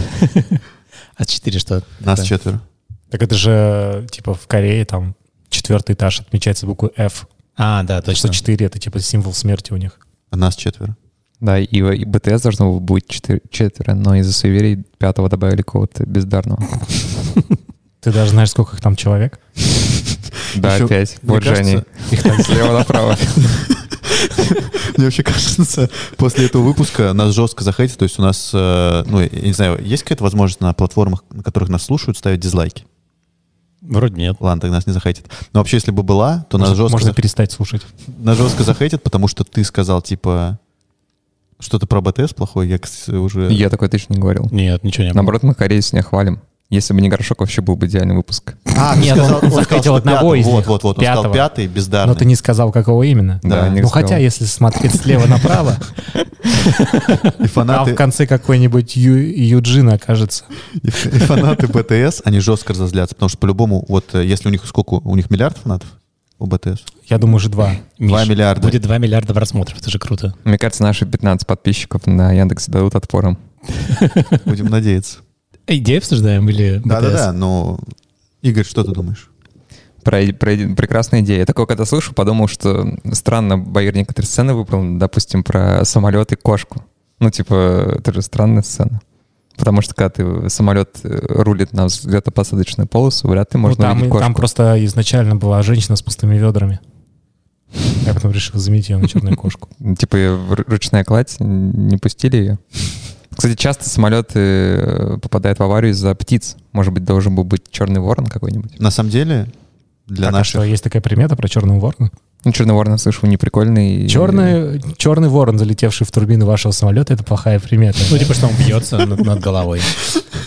Speaker 4: А 4 что?
Speaker 3: Нас
Speaker 4: Это-
Speaker 3: четверо.
Speaker 2: Так это же, типа, в Корее там четвертый этаж отмечается буквой F.
Speaker 4: А, да,
Speaker 2: Что
Speaker 4: точно.
Speaker 2: 4 — это, типа, символ смерти у них.
Speaker 3: А Нас четверо.
Speaker 1: Да, и, и БТС должно быть четыр- четверо, но из-за суеверий пятого добавили кого-то бездарного.
Speaker 2: Ты даже знаешь, сколько их там человек?
Speaker 1: Да,
Speaker 3: Ещё,
Speaker 1: опять.
Speaker 3: мне
Speaker 1: Вот же они.
Speaker 3: кажется-
Speaker 1: Их так слева направо.
Speaker 3: Мне вообще кажется, после этого выпуска нас жестко захейтят, то есть у нас, э, ну, я не знаю, есть какая-то возможность на платформах, на которых нас слушают, ставить дизлайки?
Speaker 4: Вроде нет.
Speaker 3: Ладно, тогда нас не захейтят. Но вообще, если бы была, то нас
Speaker 2: Можно-
Speaker 3: жестко,
Speaker 2: Можно
Speaker 3: зах-
Speaker 2: перестать слушать.
Speaker 3: нас жестко захейтят, потому что ты сказал, типа, что-то про БТС плохое, я кстати, уже...
Speaker 1: Я такой точно не говорил.
Speaker 4: Нет, ничего не было.
Speaker 1: Наоборот, мы корейцев не хвалим. Если бы не Горшок, вообще был бы идеальный выпуск.
Speaker 3: А, ты
Speaker 2: Нет,
Speaker 3: сказал-
Speaker 2: он захотел
Speaker 3: что
Speaker 2: одного
Speaker 3: пятый.
Speaker 2: из
Speaker 3: Вот,
Speaker 2: них.
Speaker 3: вот, вот, он сказал
Speaker 2: Пятого.
Speaker 3: пятый,
Speaker 2: Но ты
Speaker 3: бездарный.
Speaker 2: не сказал, какого именно.
Speaker 3: Да.
Speaker 1: не
Speaker 2: Ну,
Speaker 1: сказал.
Speaker 2: хотя, если смотреть слева направо,
Speaker 3: И
Speaker 2: а в
Speaker 3: фанаты,
Speaker 2: конце какой-нибудь Ю- Юджин окажется.
Speaker 3: и фанаты БТС, они жестко разозлятся, потому что по-любому, вот э, если у них сколько, у них миллиард фанатов у БТС?
Speaker 2: Я думаю, уже два.
Speaker 3: Два
Speaker 4: Миш,
Speaker 3: миллиарда.
Speaker 4: Будет 2 миллиарда просмотров, это же круто.
Speaker 1: Мне кажется, наши 15 подписчиков на Яндексе дадут отпором.
Speaker 3: Будем надеяться.
Speaker 4: Идею А обсуждаем или БТС?
Speaker 3: Да-да-да, но... Игорь, что ты думаешь?
Speaker 1: Про, про иде- прекрасная идея. Я такое, когда слышу, подумал, что странно, Баир некоторые сцены выбрал, допустим, про самолет и кошку. Ну, типа, это же странная сцена. Потому что когда ты самолет э, рулит на взлетно-посадочную полосу, вряд ли
Speaker 2: Ну,
Speaker 1: можно
Speaker 2: там,
Speaker 1: увидеть
Speaker 2: и- там
Speaker 1: кошку.
Speaker 2: просто изначально была женщина с пустыми ведрами. Я потом решил заменить ее на черную кошку.
Speaker 1: Типа её в ру- ручная кладь, н- не пустили ее. Кстати, часто самолеты э, попадают в аварию из-за птиц. Может быть, должен был быть черный ворон какой-нибудь.
Speaker 3: На самом деле, для
Speaker 2: Так, а
Speaker 3: наших...
Speaker 2: что, есть такая примета про черного ворона?
Speaker 1: Ну, черный ворон, я слышал, неприкольный.
Speaker 2: Черный, черный ворон, залетевший в турбину вашего самолета, это плохая примета.
Speaker 4: Ну, типа, что он бьется над, над головой.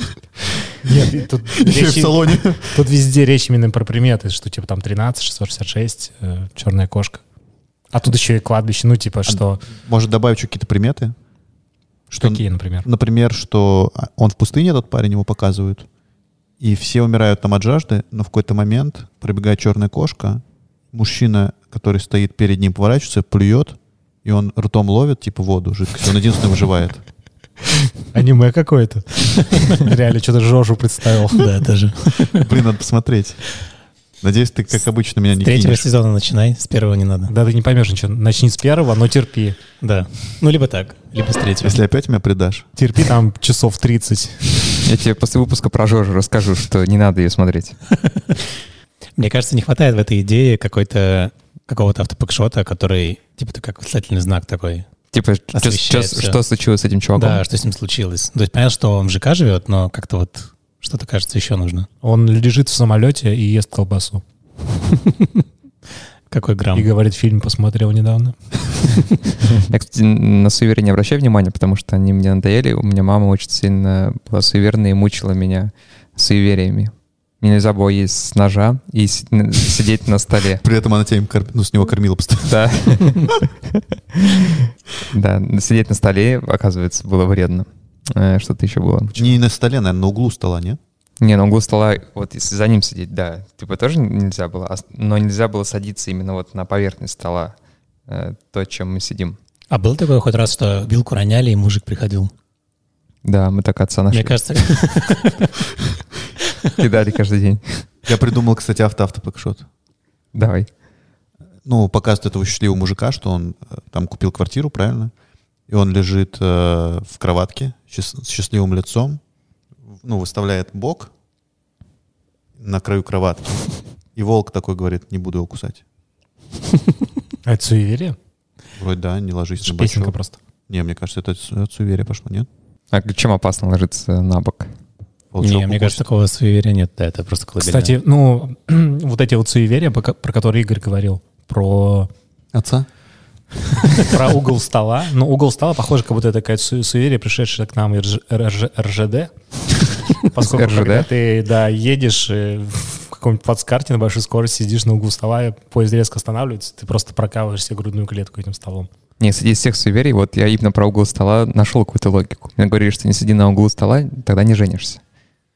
Speaker 2: Нет, и тут
Speaker 3: Ещё и
Speaker 2: речь-
Speaker 3: салоне.
Speaker 2: тут везде речь именно про приметы, что типа там 13, 666, черная э, кошка. А тут еще и кладбище, ну типа что?
Speaker 3: Может, добавить еще какие-то приметы? Что,
Speaker 2: Какие, например?
Speaker 3: например, что он в пустыне, этот парень, его показывают, и все умирают там от жажды, но в какой-то момент пробегает черная кошка, мужчина, который стоит перед ним, поворачивается, плюет, и он ртом ловит, типа, воду, жидкость. Он единственный выживает.
Speaker 2: Аниме какое-то. Реально, что-то Жожу представил.
Speaker 4: Да, даже.
Speaker 3: Блин, надо посмотреть. Надеюсь, ты, как обычно, меня
Speaker 4: С
Speaker 3: не
Speaker 4: третьего
Speaker 3: кинешь.
Speaker 4: сезона начинай, с первого не надо.
Speaker 2: Да ты не поймешь ничего. Начни с первого, но терпи.
Speaker 4: Да. Ну, либо так, либо с третьего.
Speaker 3: Если опять меня предашь.
Speaker 2: Терпи там часов 30.
Speaker 1: Я тебе после выпуска про Жожу расскажу, что не надо ее смотреть.
Speaker 4: Мне кажется, не хватает в этой идее какой-то какого-то автопэкшота, который, типа, ты как восклицательный знак такой.
Speaker 1: Типа, чё- чё-
Speaker 4: Освещает всё.
Speaker 1: что случилось с этим чуваком?
Speaker 4: Да, что с ним случилось. То есть понятно, что он в ЖК живет, но как-то вот что-то, кажется, еще нужно.
Speaker 2: Он лежит в самолете и ест колбасу.
Speaker 4: Какой грамм?
Speaker 2: И говорит, фильм посмотрел недавно.
Speaker 1: Я, кстати, на суеверие не обращаю внимания, потому что они мне надоели. У меня мама очень сильно была суеверной и мучила меня суевериями. Мне нельзя было есть с ножа и с- н- сидеть на столе.
Speaker 3: При этом она тебя им корм- ну, с него кормила постоянно.
Speaker 1: Да. Да, сидеть на столе, оказывается, было вредно. Э, Что-то еще было.
Speaker 3: Не на столе, наверное, на углу стола, нет?
Speaker 1: Не, на углу стола, вот если за ним сидеть, да, типа тоже нельзя было, а с- но нельзя было садиться именно вот на поверхность стола, э, то, чем мы сидим.
Speaker 4: А был такой хоть раз, что вилку роняли, и мужик приходил?
Speaker 1: Да, мы так отца нашли,
Speaker 4: Мне кажется,
Speaker 1: кидали каждый день.
Speaker 3: Я придумал, кстати, авто-автопэкшот.
Speaker 1: Давай.
Speaker 3: ну, показывают этого счастливого мужика, что он э, там купил квартиру, правильно? И он лежит э, в кроватке счаст- с счастливым лицом, ну, выставляет бок на краю кроватки. И волк такой говорит, не буду его кусать.
Speaker 2: А это суеверие?
Speaker 3: Вроде да, не ложись на
Speaker 2: Это песенка
Speaker 3: бочок.
Speaker 2: просто.
Speaker 3: Не, мне кажется, это от су- от суеверия пошло, нет?
Speaker 1: А к- чем опасно ложиться на бок?
Speaker 3: Волчок
Speaker 4: Не, мне
Speaker 3: укусит.
Speaker 4: кажется, такого суеверия нет. Да, это просто колыбельная.
Speaker 2: Кстати, ну, вот эти вот суеверия, пока- про которые Игорь говорил, про,
Speaker 3: Отца?
Speaker 2: про угол стола. Ну, угол стола, похоже, как будто это какая-то су- суеверие, пришедшее к нам из РЖ РЖД. Поскольку
Speaker 1: РЖД?
Speaker 2: когда ты, да, едешь э, в каком-нибудь плацкарте на большой скорости, сидишь на углу стола, и поезд резко останавливается, ты просто прокалываешь себе грудную клетку этим столом.
Speaker 1: Не, среди всех суеверий, вот я именно про угол стола нашел какую-то логику. Мне говорили, что не сиди на углу стола, тогда не женишься.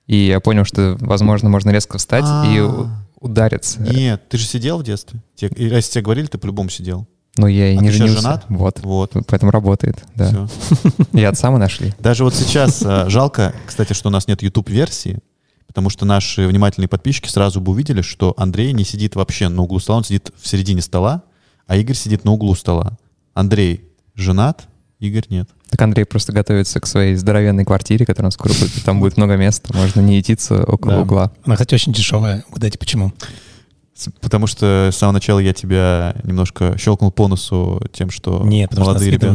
Speaker 1: И я понял, что, возможно, можно резко встать и у-
Speaker 3: А.
Speaker 1: удариться.
Speaker 3: Нет, ты же сидел в детстве. Те- и Если тебе говорили, ты по-любому сидел.
Speaker 1: Но я и
Speaker 3: А
Speaker 1: не
Speaker 3: ты сейчас
Speaker 1: женился.
Speaker 3: женат?
Speaker 1: Вот.
Speaker 3: Вот,
Speaker 1: Поэтому работает, да.
Speaker 3: все.
Speaker 1: И отца мы нашли.
Speaker 3: Даже вот сейчас э, жалко, кстати, что у нас нет YouTube-версии, потому что наши внимательные подписчики сразу бы увидели, что Андрей не сидит вообще на углу стола, он сидит в середине стола, а Игорь сидит на углу стола. Андрей женат, Игорь нет.
Speaker 1: Так Андрей просто готовится к своей здоровенной квартире, которую он скоро купит. Там будет много места, можно не идтиться около
Speaker 4: Да.
Speaker 1: угла.
Speaker 4: Она, кстати, очень дешевая. Угадайте, почему?
Speaker 3: С- Потому что с самого начала я тебя немножко щелкнул по носу тем, что
Speaker 4: Нет, потому
Speaker 3: молодые
Speaker 4: что она с видом
Speaker 3: ребята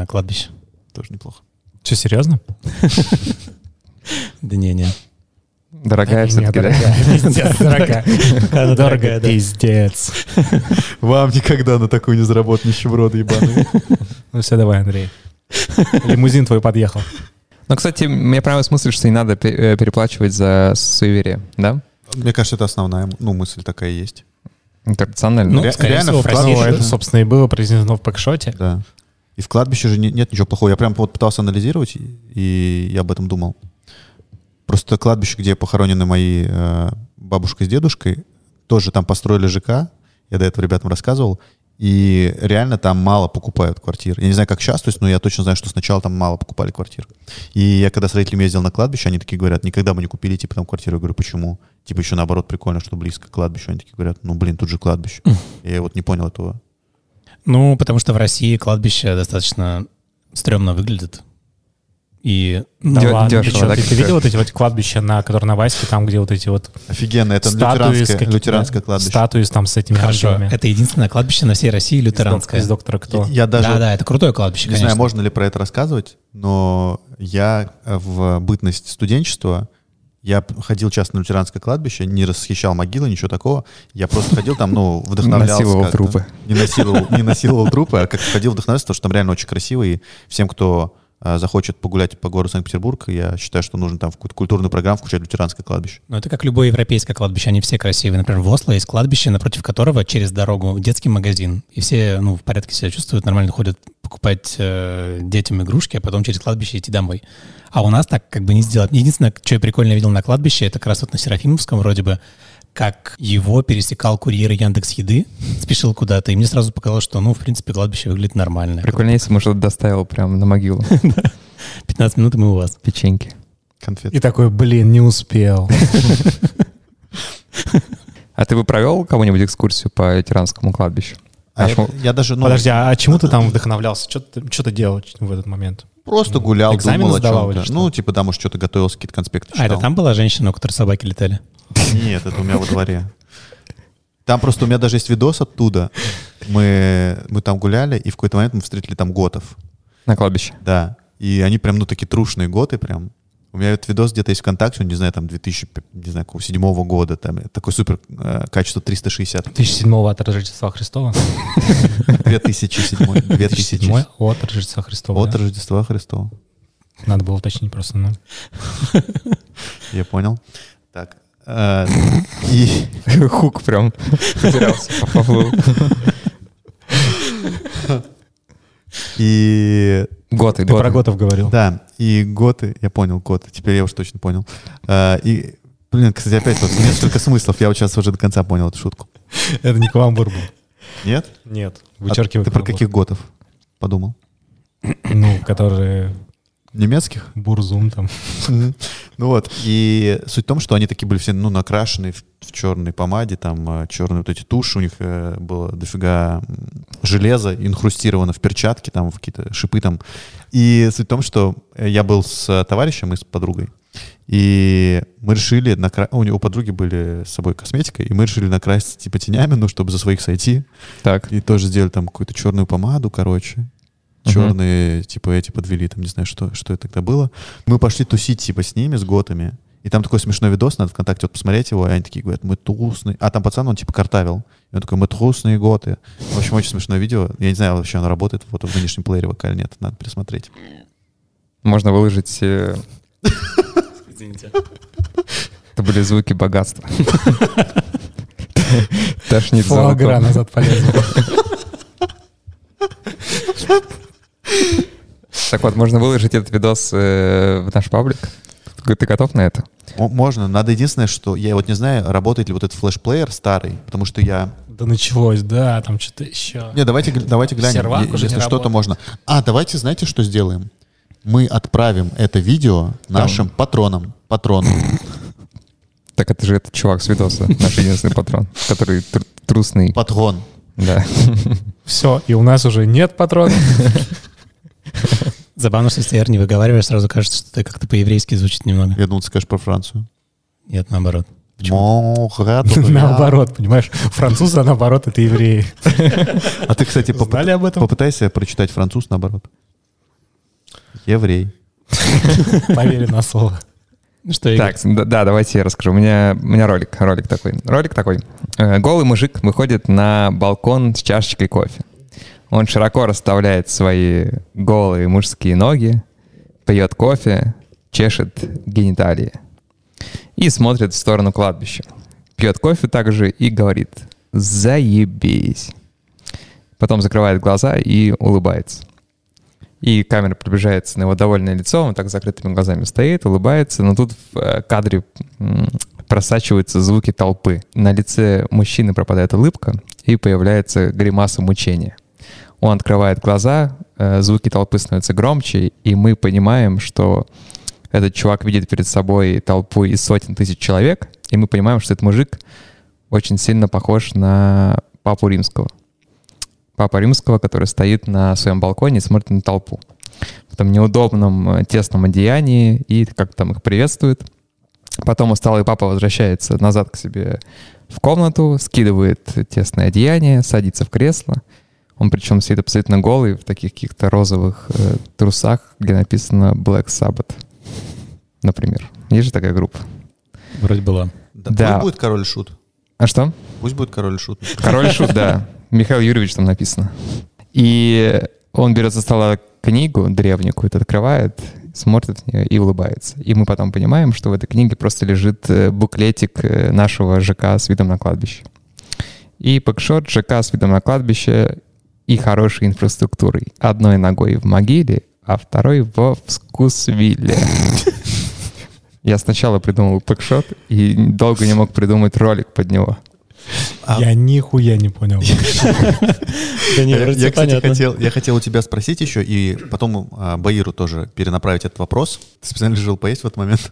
Speaker 4: на кладбище.
Speaker 3: тоже неплохо.
Speaker 2: Что, серьезно?
Speaker 4: Да не, не.
Speaker 1: Дорогая все-таки, да?
Speaker 2: Пиздец, дорогая.
Speaker 4: Она дорогая,
Speaker 2: Дорого,
Speaker 4: да.
Speaker 2: пиздец.
Speaker 3: Вам никогда на такую не заработать нищеброды ебаные.
Speaker 2: Ну все, давай, Андрей. Лимузин твой подъехал.
Speaker 1: Ну, кстати, мне понравилась мысль, что не надо пе- э, переплачивать за суеверие, да?
Speaker 3: Мне кажется, это основная ну, мысль такая есть.
Speaker 1: Интернационально.
Speaker 4: Ну,
Speaker 3: Ре-
Speaker 4: скорее
Speaker 3: реально
Speaker 4: всего,
Speaker 3: в плане-
Speaker 4: простейший,
Speaker 3: это
Speaker 2: А Это, собственно, и было произнесено в пэкшоте.
Speaker 3: Да. И в кладбище же не- нет ничего плохого. Я прям вот пытался анализировать, и я об этом думал. Просто кладбище, где похоронены мои э, бабушка с дедушкой, тоже там построили ЖК. Я до этого ребятам рассказывал. И реально там мало покупают квартир. Я не знаю, как сейчас, то есть, но я точно знаю, что сначала там мало покупали квартир. И я когда с родителями ездил на кладбище, они такие говорят, никогда бы не купили, типа, там квартиру. Я говорю, почему? Типа, еще наоборот, прикольно, что близко к кладбищу. Они такие говорят, ну, блин, тут же кладбище. Я вот не понял этого.
Speaker 4: Ну, потому что в России кладбище достаточно стрёмно выглядит. И ну,
Speaker 2: Да
Speaker 1: Дё-
Speaker 2: ладно, ты
Speaker 1: дёшево,
Speaker 2: чё,
Speaker 1: да,
Speaker 2: ты, ты
Speaker 1: как-то.
Speaker 2: видел вот эти вот кладбища, на, которые на Ваське, там, где вот эти вот
Speaker 3: Офигенно, это
Speaker 2: статуи, с
Speaker 3: лютеранское,
Speaker 2: какими-
Speaker 3: лютеранское кладбище.
Speaker 2: статуи с там с этими
Speaker 4: хорошо.
Speaker 2: ангелами.
Speaker 4: Это единственное кладбище на всей России
Speaker 2: Из док-
Speaker 4: лютеранское.
Speaker 2: Из доктора кто?
Speaker 3: Я, я даже
Speaker 4: Да, да, это крутое кладбище,
Speaker 3: не
Speaker 4: конечно.
Speaker 3: знаю, можно ли про это рассказывать, но я э, в бытность студенчества я п- ходил часто на лютеранское кладбище, не расхищал могилы, ничего такого. Я просто ходил там, ну, вдохновлялся.
Speaker 1: Насиловал
Speaker 3: как-то.
Speaker 1: трупы.
Speaker 3: Не насиловал, не насиловал трупы, а как ходил вдохновлялся, потому что там реально очень красиво, и всем, кто э, а, захочет погулять по городу Санкт-Петербург, я считаю, что нужно там в какую-то культурную программу включать лютеранское кладбище.
Speaker 4: Но Ну, это как любое европейское кладбище, они все красивые. Например, в Осло есть кладбище, напротив которого через дорогу детский магазин. И все ну, в порядке себя чувствуют, нормально ходят покупать э, детям игрушки, а потом через кладбище идти домой. А у нас так как бы не сделать. Единственное, что я прикольно видел на кладбище, это как раз вот на Серафимовском вроде бы, как его пересекал курьер Яндекс Еды, спешил куда-то, и мне сразу показалось, что, ну, в принципе, кладбище выглядит нормально.
Speaker 1: Прикольно, если мы что-то доставил прям на могилу.
Speaker 4: 15 минут, и мы у вас.
Speaker 1: Печеньки.
Speaker 3: Конфеты.
Speaker 2: И такой, блин, не успел.
Speaker 1: А ты бы провел кому-нибудь экскурсию по ветеранскому кладбищу?
Speaker 3: А я,
Speaker 1: Нашему-
Speaker 3: я даже ну,
Speaker 2: Подожди, а чему ты там вдохновлялся? Что ты, чё ты делал в этот момент?
Speaker 3: просто гулял,
Speaker 2: экзамены
Speaker 3: думал о
Speaker 2: сдавал
Speaker 3: чем-то.
Speaker 2: или что?
Speaker 3: Ну, типа там уж что-то готовился, какие-то конспекты
Speaker 4: А
Speaker 3: читал.
Speaker 4: это там была женщина, у которой собаки летали?
Speaker 3: Нет, это у меня во дворе. Там просто у меня даже есть видос оттуда. Мы, мы там гуляли, и в какой-то момент мы встретили там готов.
Speaker 1: На кладбище.
Speaker 3: Да. И они прям, ну, такие трушные готы прям. У меня этот видос где-то есть ВКонтакте, он, не знаю, там 2000, не знаю, какого, седьмого года, там, такой супер, э, качество 360,
Speaker 2: 2007 от Рождества Христова.
Speaker 3: 2007,
Speaker 2: 2007
Speaker 3: 2000,
Speaker 2: от Рождества Христова.
Speaker 3: от
Speaker 2: да?
Speaker 3: Рождества Христова.
Speaker 2: Надо было уточнить просто. ну.
Speaker 3: Я понял. Так. э, И,
Speaker 1: Хук прям потерялся, поплыл.
Speaker 3: и
Speaker 1: Готы,
Speaker 2: Ты про
Speaker 1: готы.
Speaker 2: готов говорил.
Speaker 3: Да, и готы, я понял, готы, теперь я уж точно понял. А, И, блин, кстати, опять вот несколько смыслов, я вот сейчас уже до конца понял эту шутку.
Speaker 2: Это не каламбур был.
Speaker 3: Нет?
Speaker 2: Нет.
Speaker 3: А
Speaker 2: Вычеркивай.
Speaker 3: Ты про
Speaker 2: каламбур.
Speaker 3: каких готов подумал?
Speaker 2: Ну, которые
Speaker 3: Немецких?
Speaker 2: бурзум там.
Speaker 3: Ну вот, и суть в том, что они такие были все, ну, накрашены в, в черной помаде, там, э, черные вот эти туши, у них э, было дофига м, железа, инхрустировано в перчатки, там, в какие-то шипы там. И суть в том, что э, я был с э, товарищем и с подругой, и мы решили, накра... у, него- у подруги были с собой косметика, и мы решили накрасить, типа, тенями, ну, чтобы за своих сойти,
Speaker 1: Так.
Speaker 3: и тоже сделали там какую-то черную помаду, короче.
Speaker 1: Мгм.
Speaker 3: Черные, типа, эти подвели, там, не знаю, что, что это тогда было. Мы пошли тусить, типа, с ними, с готами. И там такой смешной видос, надо ВКонтакте вот посмотреть его, и они такие говорят, мы трусные. А там пацан, он типа картавил. И он такой, мы трусные готы. В общем, очень смешное видео. Я не знаю, вообще оно работает вот в нынешнем плеере ВК или нет. Надо пересмотреть.
Speaker 1: Можно выложить... э, Это были звуки богатства. Тошнит
Speaker 2: Фуагра
Speaker 1: золотом.
Speaker 2: назад полезла.
Speaker 1: Так вот, можно выложить этот видос э, в наш паблик. Ты ты готов на это?
Speaker 3: М- Можно. Надо единственное, что я вот не знаю, работает ли вот этот флешплеер старый, потому что я...
Speaker 2: Да началось, да, там что-то еще.
Speaker 3: Не, давайте, гля- давайте глянем,
Speaker 2: Сервак
Speaker 3: е-
Speaker 2: уже
Speaker 3: если
Speaker 2: не
Speaker 3: что-то
Speaker 2: работает.
Speaker 3: можно. А, давайте, знаете, что сделаем? Мы отправим это видео нашим патронам. Патронам.
Speaker 1: Так это же этот чувак с видоса, наш единственный патрон, который тру- трусный.
Speaker 3: Патрон.
Speaker 1: Да.
Speaker 2: Все, и у нас уже нет патронов.
Speaker 4: Забавно, что если R не выговариваешь, сразу кажется, что это как-то по-еврейски звучит немного.
Speaker 3: Я думал, ты скажешь про Францию.
Speaker 4: Нет, наоборот.
Speaker 3: Мон-ра-ду-ля.
Speaker 2: Наоборот, понимаешь? Французы, а наоборот, это евреи.
Speaker 3: А ты, кстати, попы-
Speaker 2: Знали об этом?
Speaker 3: попытайся прочитать француз наоборот. Еврей.
Speaker 2: Поверили на слово.
Speaker 4: Ну что, Игорь?
Speaker 1: Так, да, да, давайте я расскажу. У меня, у меня ролик, ролик такой. Ролик такой. Э, Голый мужик выходит на балкон с чашечкой кофе. Он широко расставляет свои голые мужские ноги, пьет кофе, чешет гениталии и смотрит в сторону кладбища. Пьет кофе также и говорит «заебись». Потом закрывает глаза и улыбается. И камера приближается на его довольное лицо, он так с закрытыми глазами стоит, улыбается, но тут в э, кадре м, просачиваются звуки толпы. На лице мужчины пропадает улыбка, и появляется гримаса мучения. Он открывает глаза, э, звуки толпы становятся громче, и мы понимаем, что этот чувак видит перед собой толпу из сотен тысяч человек, и мы понимаем, что этот мужик очень сильно похож на папу римского. Папа Римского, который стоит на своем балконе и смотрит на толпу. В этом неудобном э, тесном одеянии и как там их приветствует. Потом усталый папа возвращается назад к себе в комнату, скидывает тесное одеяние, садится в кресло. Он причем сидит абсолютно голый в таких каких-то розовых э, трусах, где написано Black Sabbath, например. Есть же такая группа.
Speaker 4: Вроде была.
Speaker 3: Да,
Speaker 1: Да.
Speaker 3: Пусть будет король и шут.
Speaker 1: А что?
Speaker 3: Пусть будет король и шут.
Speaker 1: Король шут, да. Михаил Юрьевич там написано. И он берет со стола книгу древнюю какую-то, открывает, смотрит в нее и улыбается. И мы потом понимаем, что в этой книге просто лежит э, буклетик э, нашего ЖК с видом на кладбище. И пэкшот ЖК с видом на кладбище и хорошей инфраструктурой. Одной ногой в могиле, а второй во вкусвилле. Я сначала придумал пэкшот и долго не мог придумать ролик под него.
Speaker 3: А-
Speaker 2: Я нихуя не понял.
Speaker 4: Да не,
Speaker 3: Я,
Speaker 4: вроде
Speaker 3: я,
Speaker 4: всё
Speaker 3: кстати,
Speaker 4: понятно.
Speaker 3: хотел, я хотел у тебя спросить еще, и потом а, Баиру тоже перенаправить этот вопрос. Ты специально решил поесть в этот момент.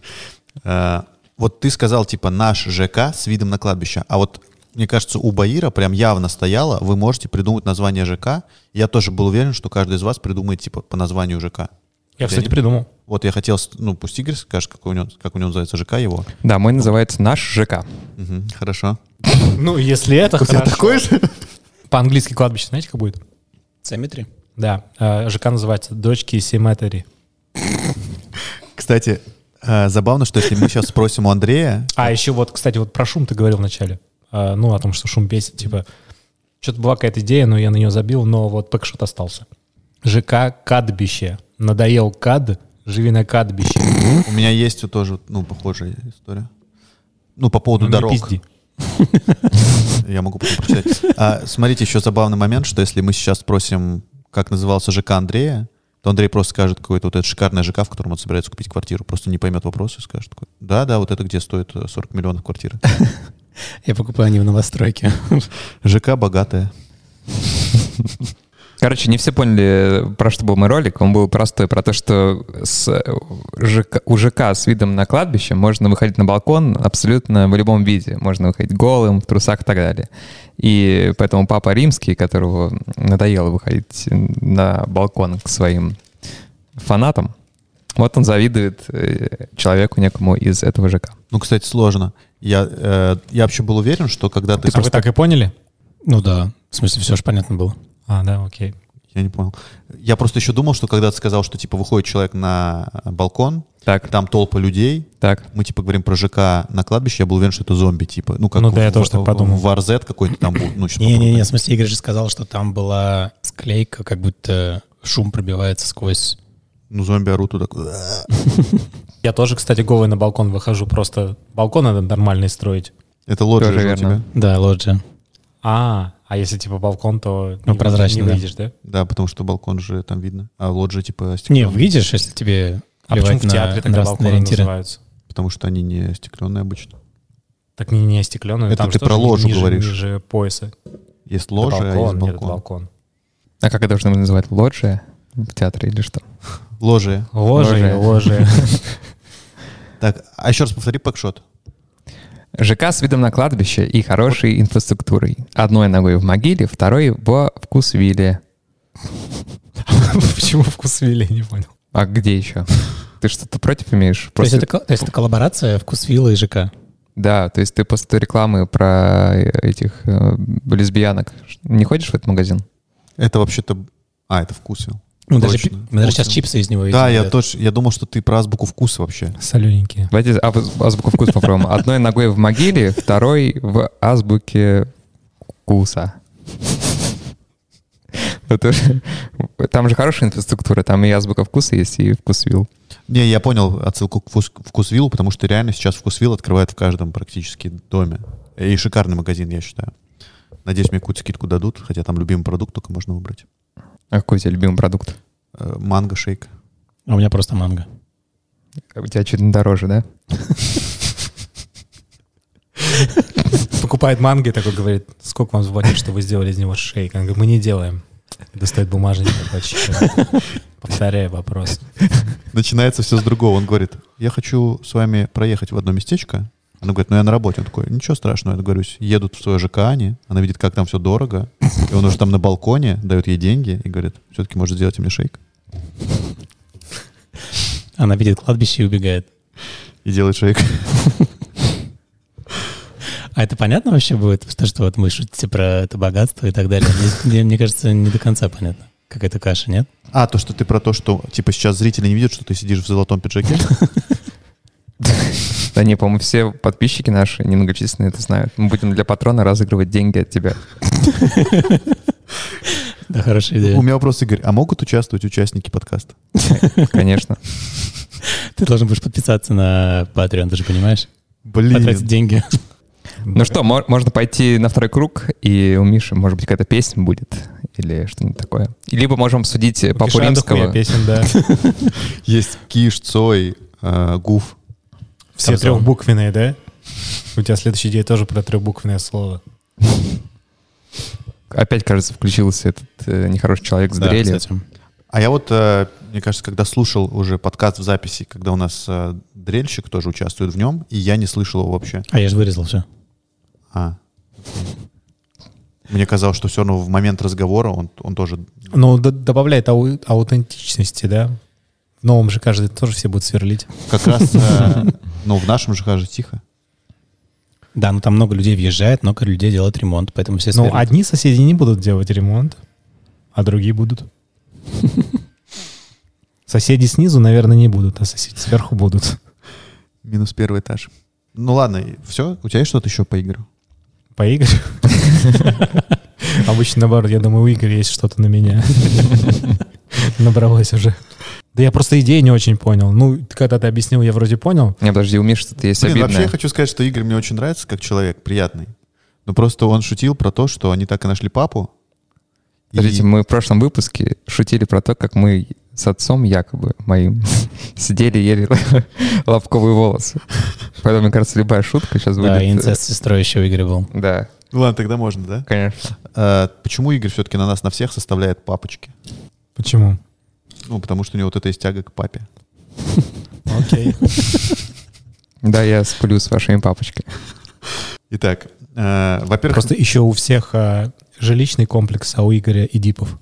Speaker 3: А, вот ты сказал, типа, наш ЖК с видом на кладбище. А вот, мне кажется, у Баира прям явно стояло, вы можете придумать название ЖК. Я тоже был уверен, что каждый из вас придумает, типа, по названию ЖК.
Speaker 2: Я, кстати,
Speaker 3: не-
Speaker 2: придумал.
Speaker 3: Вот я хотел, с- ну, пусть Игорь скажет, как у него, как у него называется ЖК его.
Speaker 1: Да, мой называется «Наш ЖК».
Speaker 3: Мгм, хорошо.
Speaker 2: Ну, если это
Speaker 3: У тебя такой же?
Speaker 2: По-английски кладбище, знаете, как будет?
Speaker 4: Cemetery?
Speaker 2: Да, э, ЖК называется «Дочки Семетери».
Speaker 3: Кстати, а, забавно, что если мы сейчас спросим у Андрея,
Speaker 2: А еще вот, кстати, вот про шум ты говорил вначале. Э, Ну, о том, что шум бесит, типа... Что-то была какая-то идея, но я на нее забил, но вот пэкшот остался. ЖК «Кадбище». Надоел кад, живи на кадбище.
Speaker 3: У меня есть вот тоже, ну, похожая история. Ну, по поводу
Speaker 2: Ну, не
Speaker 3: дорог.
Speaker 2: пизди.
Speaker 3: Я могу потом прочитать. А, смотрите, еще забавный момент, что если мы сейчас спросим, как назывался ЖК Андрея, то Андрей просто скажет какой-то вот этот шикарный ЖК, в котором он собирается купить квартиру, просто не поймет вопрос и скажет, такой, да, да, вот это где стоит э, 40 миллионов квартира.
Speaker 4: Я покупаю они в новостройке.
Speaker 3: ЖК богатая.
Speaker 1: Короче, не все поняли, про что был мой ролик. Он был простой, про то, что с ЖК, у ЖК с видом на кладбище можно выходить на балкон абсолютно в любом виде. Можно выходить голым, в трусах и так далее. И поэтому папа римский, которого надоело выходить на балкон к своим фанатам, вот он завидует э, человеку некому из этого ЖК.
Speaker 3: Ну, кстати, сложно. Я, э, я вообще был уверен, что когда ты...
Speaker 2: А вы так и поняли?
Speaker 4: Ну да, в смысле, все же понятно было.
Speaker 2: А, да, окей.
Speaker 3: Я не понял. Я просто еще думал, что когда ты сказал, что, типа, выходит человек на э, балкон,
Speaker 1: Так,
Speaker 3: там толпа людей,
Speaker 1: так.
Speaker 3: мы типа говорим про ЖК на кладбище, я был уверен, что это зомби, типа. Ну, как
Speaker 2: Ну да, я
Speaker 3: в-
Speaker 2: тоже так
Speaker 3: в-
Speaker 2: подумал.
Speaker 3: В Warzed какой-то там был. Ну, щас
Speaker 4: Не-не-не,
Speaker 3: попробую.
Speaker 4: в смысле, Игорь же сказал, что там была склейка, как будто шум пробивается сквозь...
Speaker 3: Ну, зомби орут вот так.
Speaker 2: Я тоже, кстати, голый на балкон выхожу. Просто балкон надо нормальный строить.
Speaker 3: Это лоджия
Speaker 1: Тоже
Speaker 3: же у
Speaker 1: верно.
Speaker 3: тебя.
Speaker 4: Да, лоджия.
Speaker 2: А, а если типа балкон, то
Speaker 4: Ну,
Speaker 2: не-
Speaker 4: прозрачный,
Speaker 2: не
Speaker 4: да.
Speaker 2: выйдешь, да?
Speaker 3: Да, потому что балкон же там видно. А лоджия типа
Speaker 4: Не,
Speaker 3: стеклянная.
Speaker 4: выйдешь, если тебе
Speaker 2: А почему
Speaker 4: плевать
Speaker 2: в театре
Speaker 4: на
Speaker 2: тогда балконы
Speaker 4: нравственные ориентиры.
Speaker 2: называются?
Speaker 3: Потому что они не стекленные обычно.
Speaker 2: Так не, не остекленную.
Speaker 3: Это
Speaker 2: там
Speaker 3: ты
Speaker 2: же тоже
Speaker 3: про ложу
Speaker 2: ниже,
Speaker 3: говоришь.
Speaker 2: Ниже пояса.
Speaker 3: Есть ложа,
Speaker 2: это
Speaker 3: а есть
Speaker 2: балкон, нет, это
Speaker 3: балкон.
Speaker 2: балкон.
Speaker 1: А как это должно называть? Лоджия в театре или что?
Speaker 3: Ложия.
Speaker 2: Ложи,
Speaker 1: Ложи.
Speaker 2: ложи.
Speaker 3: Так, а еще раз повтори пакшот.
Speaker 1: ЖК с видом на кладбище и хорошей инфраструктурой. Одной ногой в могиле, второй во вкусвилле.
Speaker 2: Почему вкус вели, не понял.
Speaker 1: А где еще? Ты что-то против имеешь?
Speaker 4: То есть,
Speaker 1: После-
Speaker 4: это, кол- то есть это коллаборация вкусвилла и ЖК.
Speaker 1: Да, то есть ты после той рекламы про этих э, лесбиянок не ходишь в этот магазин?
Speaker 3: Это вообще-то... А, это вкус.
Speaker 4: Ну, даже,
Speaker 3: Точно.
Speaker 4: пи- даже сейчас
Speaker 3: Вкусвилл.
Speaker 4: чипсы из него
Speaker 3: Да, я
Speaker 4: едят.
Speaker 3: тоже... Я думал, что ты про азбуку вкуса вообще.
Speaker 2: Солененькие.
Speaker 1: Давайте аз- азбуку вкус попробуем. Одной ногой в могиле, второй в азбуке вкуса. Это же- Там же хорошая инфраструктура, там и азбука вкуса есть, и вкусвилл.
Speaker 3: Не, я понял отсылку к вкус, вкусвиллу, потому что реально сейчас вкусвилл открывают в каждом практически доме. И шикарный магазин, я считаю. Надеюсь, мне какую-то скидку дадут, хотя там любимый продукт только можно выбрать.
Speaker 1: А какой у тебя любимый продукт?
Speaker 3: Э, Манго шейк.
Speaker 4: А у меня просто манго.
Speaker 1: У тебя чуть дороже, да?
Speaker 2: Покупает манго и такой говорит, сколько вам звонит, что вы сделали из него шейк? Она говорит, мы не делаем. И Достает бумажник такой, «Чё?» Повторяю вопрос.
Speaker 3: Начинается все с другого. Он говорит, я хочу с вами проехать в одно местечко. Она говорит, ну я на работе. Он такой, ничего страшного. Я говорю, едут в свое ЖК они. Она видит, как там все дорого. И он уже там на балконе дает ей деньги и говорит, все-таки может сделать мне шейк.
Speaker 4: Она видит кладбище и убегает.
Speaker 3: И делает шейк.
Speaker 4: А это понятно вообще будет? Потому что вот мы шутите про это богатство и так далее. Мне, мне- мне кажется, не до конца понятно. Какая-то каша, нет?
Speaker 3: А, то, что ты про то, что типа сейчас зрители не видят, что ты сидишь в золотом пиджаке.
Speaker 1: Да не, по-моему, все подписчики наши немногочисленные это знают. Мы будем для патрона разыгрывать деньги от тебя.
Speaker 4: Да, хорошая
Speaker 3: У
Speaker 4: идея.
Speaker 3: меня вопрос, Игорь, а могут участвовать участники подкаста?
Speaker 1: Конечно.
Speaker 4: Ты должен будешь подписаться на Patreon, ты же понимаешь? Потратить
Speaker 3: Блин,
Speaker 4: деньги.
Speaker 1: Ну что, мор- можно пойти на второй круг, и у Миши, может быть, какая-то песня будет или что-нибудь такое. Либо можем обсудить э, Папу
Speaker 2: Кишана дохуя
Speaker 1: Римского.
Speaker 2: песен, да.
Speaker 3: есть Киш, Цой, э, Гуф.
Speaker 2: Все
Speaker 4: Там зон.
Speaker 2: трехбуквенные, да? У тебя следующая идея тоже про трехбуквенное слово.
Speaker 1: Опять, кажется, включился этот э, нехороший человек с
Speaker 4: Да,
Speaker 1: дрелью.
Speaker 4: кстати.
Speaker 3: А я вот, э, мне кажется, когда слушал уже подкаст в записи, когда у нас э, дрельщик тоже участвует в нем, и я не слышал его вообще.
Speaker 4: А я же вырезал все.
Speaker 3: А. Мне казалось, что все равно в момент разговора он, он тоже...
Speaker 2: Ну, д- добавляет ау- аутентичности, да? В новом же каждый тоже все будут сверлить.
Speaker 3: Как раз, э, ну, в нашем же же тихо.
Speaker 4: Да, но там много людей въезжает, много людей делает ремонт, поэтому все
Speaker 2: Ну,
Speaker 4: сверят.
Speaker 2: одни соседи не будут делать ремонт, а другие будут. Соседи снизу, наверное, не будут, а соседи сверху будут.
Speaker 3: Минус первый этаж. Ну ладно, все, у тебя есть что-то еще по играм?
Speaker 2: По Игорю? Обычно наоборот, я думаю, у Игоря есть что-то на меня. Набралось уже. Да я просто идеи не очень понял. Ну, когда ты объяснил, я вроде понял.
Speaker 1: Не, подожди, у Миши что-то есть
Speaker 3: Блин, вообще я
Speaker 1: обидное.
Speaker 3: хочу сказать, что Игорь мне очень нравится как человек, приятный. Но просто он шутил про то, что они так и нашли папу. И-
Speaker 1: Подождите, мы в прошлом выпуске шутили про то, как мы с отцом якобы моим сидели, ели лобковые волосы. Поэтому, мне кажется, любая шутка сейчас будет...
Speaker 4: Да,
Speaker 1: э,
Speaker 4: и инцест с сестрой еще в игре был.
Speaker 1: Да,
Speaker 3: Ну Ладно, тогда можно, да?
Speaker 1: конечно.
Speaker 3: Э, почему Игорь все-таки на нас на всех составляет папочки?
Speaker 2: Почему?
Speaker 3: Ну, потому что у него вот эта есть тяга к папе.
Speaker 2: Окей.
Speaker 1: Да, я сплю с вашими папочками.
Speaker 3: Итак, э, во-первых...
Speaker 2: Просто еще у всех а, жилищный комплекс, а у Игоря Идипов.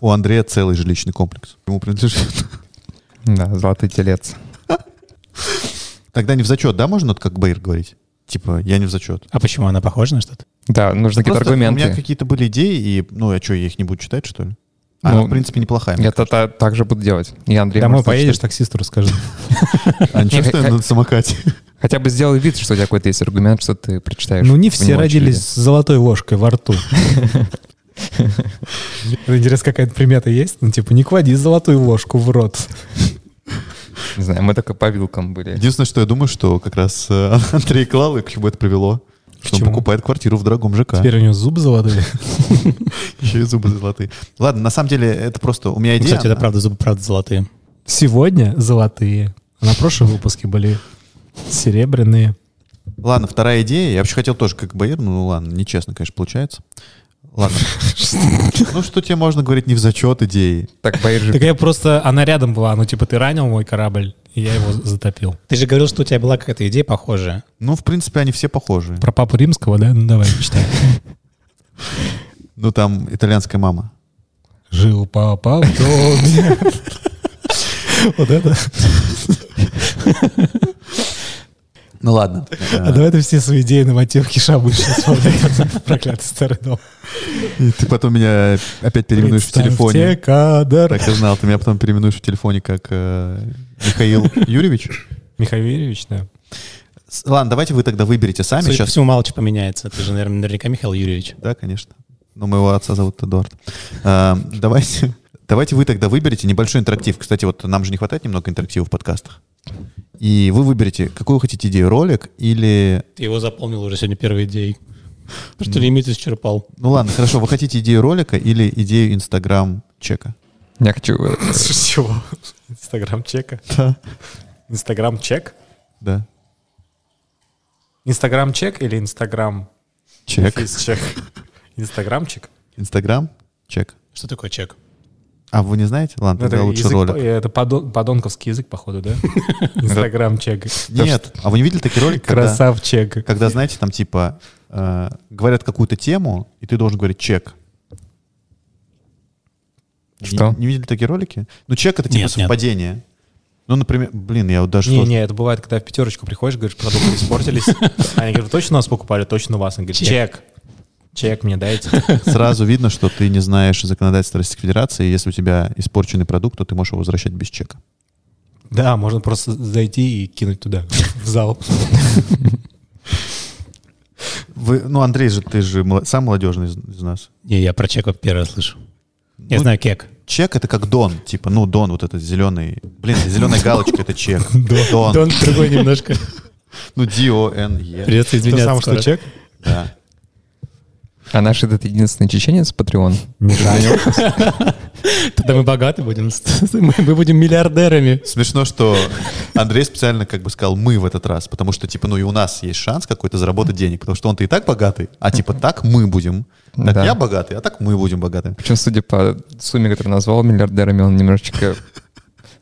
Speaker 3: У Андрея целый жилищный комплекс. Ему принадлежит.
Speaker 1: Да, золотый телец.
Speaker 3: Тогда не в зачет, да, можно вот как Бэйр говорить? Типа, я не в зачет.
Speaker 4: А почему она похожа на что-то?
Speaker 1: Да, нужны какие-то
Speaker 3: Просто У меня
Speaker 1: аргументы.
Speaker 3: какие-то были идеи, и, ну, а что, я их не буду читать, что ли? А,
Speaker 1: Ну,
Speaker 3: в принципе, неплохая.
Speaker 1: Я то та- так же буду делать. И Андрей
Speaker 2: Домой
Speaker 1: может
Speaker 2: поедешь,
Speaker 1: зачитать.
Speaker 2: таксисту расскажи.
Speaker 3: А ничего, что я на самокате?
Speaker 1: Хотя бы сделай вид, что у тебя какой-то есть аргумент, что ты прочитаешь.
Speaker 2: Ну, не
Speaker 1: в
Speaker 2: все
Speaker 1: внимание
Speaker 2: родились
Speaker 1: очереди.
Speaker 2: с золотой ложкой во рту. Интересно, какая-то примета есть? Ну, типа, не клади золотую ложку в рот.
Speaker 1: Не знаю, мы только по вилкам были.
Speaker 3: Единственное, что я думаю, что как раз э, Андрей клал, и к чему это привело. Что он
Speaker 2: чему?
Speaker 3: покупает квартиру в дорогом ЖК.
Speaker 2: Теперь у него зубы золотые.
Speaker 3: Еще и зубы золотые. Ладно, на самом деле, это просто у меня
Speaker 4: Ну,
Speaker 3: идея.
Speaker 4: Кстати, это
Speaker 3: она-
Speaker 4: правда зубы, правда золотые.
Speaker 2: Сегодня золотые. а На прошлом выпуске были серебряные.
Speaker 3: Ладно, вторая идея. Я вообще хотел тоже как Баир, ну ладно, нечестно, конечно, получается. Ладно. Ну что тебе можно говорить не в зачет идеи?
Speaker 1: Так поезжай.
Speaker 2: Так я просто... Она рядом была. Ну, типа, ты ранил мой корабль, и я его затопил.
Speaker 4: Ты же говорил, что у тебя была какая-то идея похожая.
Speaker 3: Ну, в принципе, они все похожи.
Speaker 2: Про папу римского, да? Ну, давай, читай.
Speaker 3: Ну, там итальянская мама.
Speaker 2: Жил папа в доме. Вот это.
Speaker 3: Ну, ладно.
Speaker 2: А давай ты все свои идеи на мотив Киша будешь исполнять. Проклятый старый дом.
Speaker 3: И ты потом меня опять переименуешь в
Speaker 2: Представьте
Speaker 3: телефоне.
Speaker 2: кадр.
Speaker 3: Так, я знал, ты меня потом переименуешь в телефоне как э, Михаил Юрьевич.
Speaker 2: Михаил Юрьевич, да.
Speaker 3: С- Ладно, давайте вы тогда выберете сами
Speaker 4: Судя по
Speaker 3: сейчас.
Speaker 4: всему, мало чего поменяется. Ты же, наверное, наверняка Михаил Юрьевич.
Speaker 3: Да, конечно. Но моего отца зовут Эдуард. А, Давайте, давайте вы тогда выберете небольшой интерактив. Кстати, вот нам же не хватает немного интерактива в подкастах. И вы выберете, какую хотите идею, ролик или...
Speaker 4: Ты его заполнил уже сегодня первой идеей. Просто лимит исчерпал.
Speaker 3: Ну ладно, хорошо, вы хотите идею ролика или идею Инстаграм-чека?
Speaker 1: Я хочу... э,
Speaker 2: Чего? Инстаграм чека.
Speaker 3: Да.
Speaker 2: Инстаграм чек?
Speaker 3: Да.
Speaker 2: Инстаграм чек или Инстаграм
Speaker 3: Чек.
Speaker 2: чек? Инстаграмчик?
Speaker 3: Инстаграм-чек.
Speaker 4: Что такое чек?
Speaker 3: А вы не знаете? Ладно, тогда лучше
Speaker 2: язык-
Speaker 3: ролик.
Speaker 2: Ну, это подон- подонковский язык, походу, да? Инстаграм чек.
Speaker 3: Нет, а вы не видели такие ролики, когда,
Speaker 2: Красавчек.
Speaker 3: когда, знаете, там типа э, говорят какую-то тему, и ты должен говорить чек. Не-
Speaker 1: Что?
Speaker 3: Не, видели такие ролики? Ну, чек это типа
Speaker 4: Нет, нет.
Speaker 3: совпадение. Ну, например, блин, я вот даже
Speaker 2: Не,
Speaker 3: сложно-
Speaker 2: не, это бывает, когда в пятерочку приходишь, говоришь, продукты испортились. Они говорят, точно нас покупали, точно вас. Они говорят, чек. Чек мне дайте.
Speaker 3: сразу видно, что ты не знаешь законодательства Российской Федерации, и если у тебя испорченный продукт, то ты можешь его возвращать без чека.
Speaker 2: Да, можно просто зайти и кинуть туда, в зал.
Speaker 3: Вы, ну, Андрей же, ты же мла- сам молодежный из, из нас.
Speaker 4: Не, я про чека первый раз слышу. Я
Speaker 3: Ну,
Speaker 4: знаю кек.
Speaker 3: Чек это как Дон, типа, ну, Дон, вот этот зеленый. Блин, зеленая галочка это чек. Дон.
Speaker 4: другой немножко.
Speaker 3: Ну, D-O-N-E.
Speaker 4: Придется
Speaker 2: Ты
Speaker 4: извиняться
Speaker 2: сам что,
Speaker 4: скоро.
Speaker 2: чек?
Speaker 3: Да.
Speaker 1: А наш этот единственный чеченец, Патреон,
Speaker 4: Тогда мы богаты будем. Мы мы будем миллиардерами.
Speaker 3: Смешно, что Андрей специально как бы сказал «мы» в этот раз, потому что, типа, ну и у нас есть шанс какой-то заработать денег, потому что он-то и так богатый, а типа так мы будем. Так
Speaker 1: Да.
Speaker 3: я богатый, а так мы будем богатыми.
Speaker 1: Причем, судя по сумме, которую назвал миллиардерами, он немножечко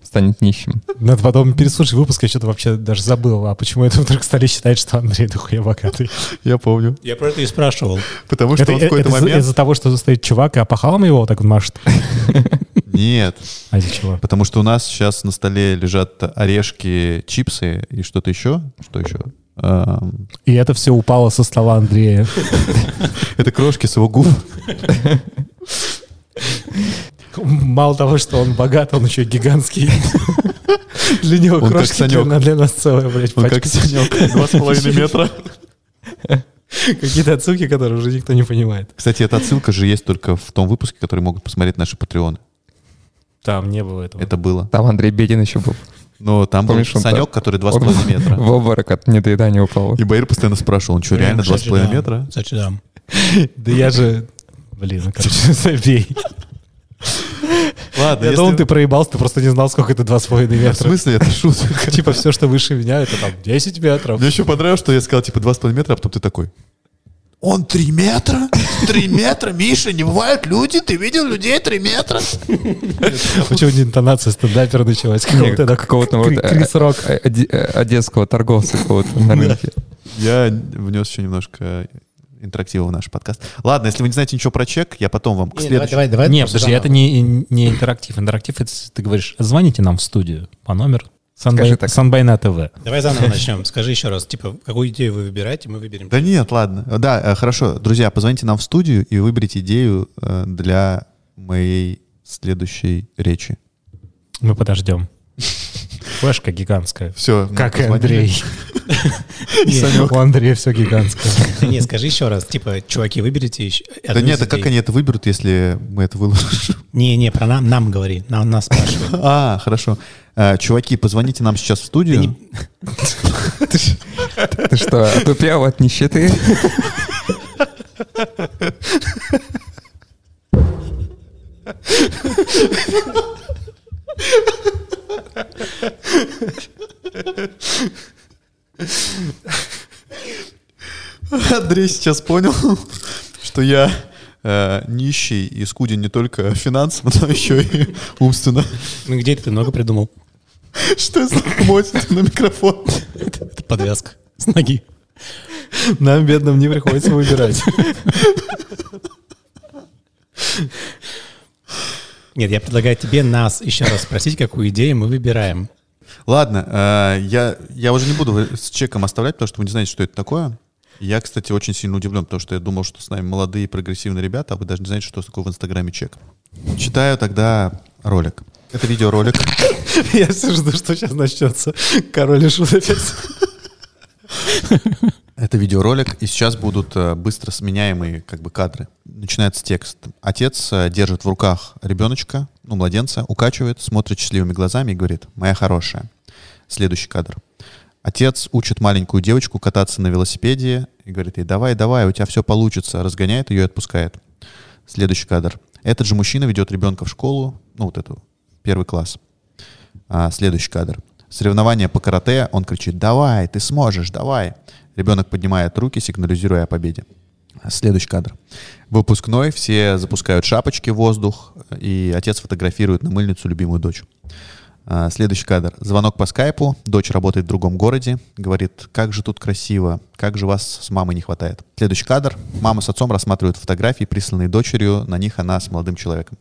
Speaker 1: станет нищим.
Speaker 2: Надо потом переслушать выпуск, я что-то вообще даже забыл. А почему это вдруг стали считать, что Андрей дохуя богатый?
Speaker 3: Я помню.
Speaker 4: Я про это и спрашивал.
Speaker 3: Потому что
Speaker 2: это
Speaker 3: он в какой-то
Speaker 2: это из-
Speaker 3: момент...
Speaker 2: из-за того, что стоит чувак, и опахалом его вот так вот машет.
Speaker 3: Нет,
Speaker 2: А из-за чего?
Speaker 3: потому что у нас сейчас на столе лежат орешки, чипсы и что-то еще. Что еще? Эм,
Speaker 2: И это все упало со стола Андрея.
Speaker 3: Это крошки с его губ.
Speaker 2: Мало того, что он богат, он еще и гигантский. Для него
Speaker 3: Он как
Speaker 2: крошки а
Speaker 3: Санек.
Speaker 2: для, для нас целая, блядь,
Speaker 3: Он как
Speaker 2: пачка.
Speaker 3: синёк, два с половиной метра.
Speaker 2: Какие-то отсылки, которые уже никто не понимает.
Speaker 3: Кстати, эта отсылка же есть только в том выпуске, который могут посмотреть наши патреоны.
Speaker 2: Там не было этого.
Speaker 3: Это было.
Speaker 1: Там Андрей Бедин еще был.
Speaker 3: Но там был
Speaker 1: Помнишь, он
Speaker 3: Санек,
Speaker 1: так-
Speaker 3: который два с
Speaker 1: он
Speaker 3: половиной метра.
Speaker 1: В обморок от недоедания упал.
Speaker 3: И Баир постоянно спрашивал, он что, реально два с половиной метра?
Speaker 4: Кстати, да.
Speaker 2: Да я же... Блин, ну, короче, забей.
Speaker 3: А Ладно,
Speaker 2: Я думал, ты проебался, ты просто не знал, сколько это 2,5
Speaker 3: В
Speaker 2: метра.
Speaker 3: смысле, это шутка?
Speaker 2: Типа все, что выше меня, это там 10 метров.
Speaker 3: Мне еще понравилось, что я сказал, типа, два с половиной метра, а потом ты такой. Он три метра? Три метра, Миша, не бывают люди? Ты видел людей три метра?
Speaker 2: Почему не Ну, интонация стендапера началась?
Speaker 1: Не,
Speaker 2: Какого-то
Speaker 1: какого-то вот, э,
Speaker 2: Крис Рок.
Speaker 1: э, оде- э, одесского торговца какого-то на рынке.
Speaker 3: Я внес еще немножко интерактива в наш подкаст. Ладно, если вы не знаете ничего про чек, я потом вам к следующему.
Speaker 4: давай.
Speaker 2: Не, подожди, это не, не интерактив. Интерактив, это ты говоришь, звоните нам в студию по номеру
Speaker 1: Скажи
Speaker 2: Санбай-
Speaker 1: так.
Speaker 2: Санбайна ТВ.
Speaker 4: Давай заново начнем. Скажи еще раз, типа, какую идею вы выбираете, мы выберем.
Speaker 3: Да нет, ладно. Да, э, хорошо. Друзья, позвоните нам в студию и выберите идею э, для моей следующей речи.
Speaker 2: Мы подождем. Флешка гигантская.
Speaker 3: Все.
Speaker 2: Как и Андрей.
Speaker 3: Санек.
Speaker 2: У Андрея все гигантское.
Speaker 4: Не, скажи еще раз, типа, чуваки, выберите еще.
Speaker 3: Да нет, а как они это выберут, если мы это выложим?
Speaker 4: Не, не, про нам, нам говори, нам, нас спрашивай.
Speaker 3: А, хорошо. Э, Чуваки, позвоните нам сейчас в студию.
Speaker 1: Ты что, отупел от нищеты?
Speaker 3: Андрей сейчас понял, что я э, нищий и скуден не только финансово, но еще и умственно.
Speaker 4: Ну где это ты много придумал?
Speaker 3: Что я смотрит на микрофон?
Speaker 4: Это подвязка с ноги.
Speaker 2: Нам, бедным, не приходится выбирать.
Speaker 4: Нет, я предлагаю тебе нас еще раз спросить, какую идею мы выбираем.
Speaker 3: Ладно, э, я, я уже не буду с чеком оставлять, потому что вы не знаете, что это такое. Я, кстати, очень сильно удивлен, потому что я думал, что с нами молодые прогрессивные ребята, а вы даже не знаете, что такое в Инстаграме чек. Читаю тогда ролик. Это видеоролик.
Speaker 2: Я все жду, что сейчас начнется. Король и Шут опять.
Speaker 3: Это видеоролик, и сейчас будут э, быстро сменяемые как бы кадры. Начинается текст. Отец э, держит в руках ребеночка, ну, младенца, укачивает, смотрит счастливыми глазами и говорит «Моя хорошая». Следующий кадр. Отец учит маленькую девочку кататься на велосипеде и говорит ей «Давай, давай, у тебя все получится». Разгоняет ее и отпускает. Следующий кадр. Этот же мужчина ведет ребенка в школу, ну, вот эту, первый класс. А, следующий кадр. Соревнование по карате. Он кричит «Давай, ты сможешь, давай!» Ребенок поднимает руки, сигнализируя о победе. Следующий кадр. Выпускной. Все запускают шапочки в воздух, и отец фотографирует на мыльницу любимую дочь. А, Следующий кадр. Звонок по скайпу. Дочь работает в другом городе. Говорит, как же тут красиво, как же вас с мамой не хватает. Следующий кадр. Мама с отцом рассматривают фотографии, присланные дочерью. На них она с молодым человеком.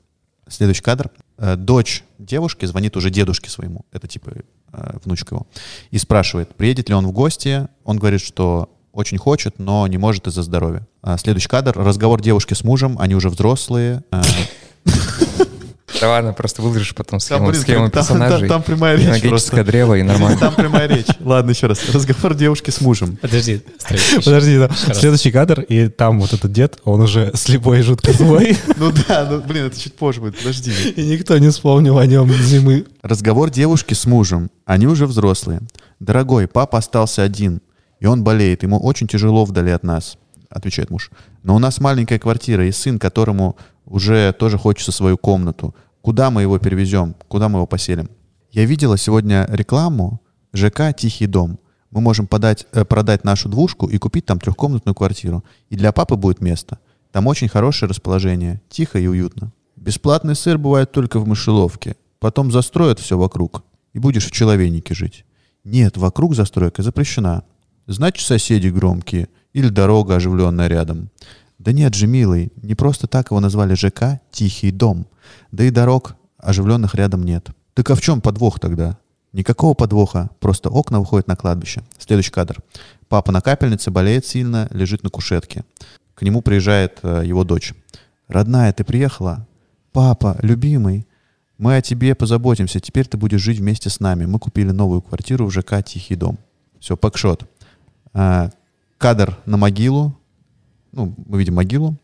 Speaker 3: Следующий кадр. Э, Дочь девушки звонит уже дедушке своему, это типа э, внучка его, и спрашивает, приедет ли он в гости. Он говорит, что очень хочет, но не может из-за здоровья. А, Следующий кадр. Разговор девушки с мужем, они уже взрослые. э,
Speaker 1: Да ладно, просто выложишь потом
Speaker 3: Там,
Speaker 1: схему,
Speaker 3: блин,
Speaker 1: схему
Speaker 3: там- там-
Speaker 1: персонажей.
Speaker 3: там прямая речь
Speaker 1: Логическое
Speaker 3: просто.
Speaker 1: древо и нормально.
Speaker 3: Там прямая речь. Ладно, еще раз. Разговор девушки с мужем.
Speaker 4: Подожди, стой, еще.
Speaker 2: Подожди, да.
Speaker 4: раз.
Speaker 2: следующий кадр, и там вот этот дед, он уже слепой и жутко злой,
Speaker 3: Ну да, ну блин, это чуть позже будет, подожди.
Speaker 2: и никто не вспомнил о нем зимы.
Speaker 3: Разговор девушки с мужем. Они уже взрослые. «Дорогой, папа остался один, и он болеет. Ему очень тяжело вдали от нас», — отвечает муж. «Но у нас маленькая квартира, и сын, которому уже тоже хочется свою комнату. Куда мы его перевезем? Куда мы его поселим?» Я видела сегодня рекламу ЖК «Тихий дом». Мы можем подать, э, продать нашу двушку и купить там трехкомнатную квартиру. И для папы будет место. Там очень хорошее расположение, тихо и уютно. Бесплатный сыр бывает только в мышеловке. Потом застроят все вокруг, и будешь в человейнике жить. Нет, вокруг застройка запрещена. Значит, соседи громкие или дорога оживленная рядом. Да нет же, милый, не просто так его назвали ЖК «Тихий дом». Да и дорог оживленных рядом нет. Так а в чем подвох тогда? Никакого подвоха, просто окна выходят на кладбище. Следующий кадр. Папа на капельнице болеет сильно, лежит на кушетке. К нему приезжает э, его дочь. «Родная, ты приехала? Папа, любимый, мы о тебе позаботимся. Теперь ты будешь жить вместе с нами. Мы купили новую квартиру в ЖК «Тихий дом». Все, пакшот. А, кадр на могилу. Ну, мы видим могилу.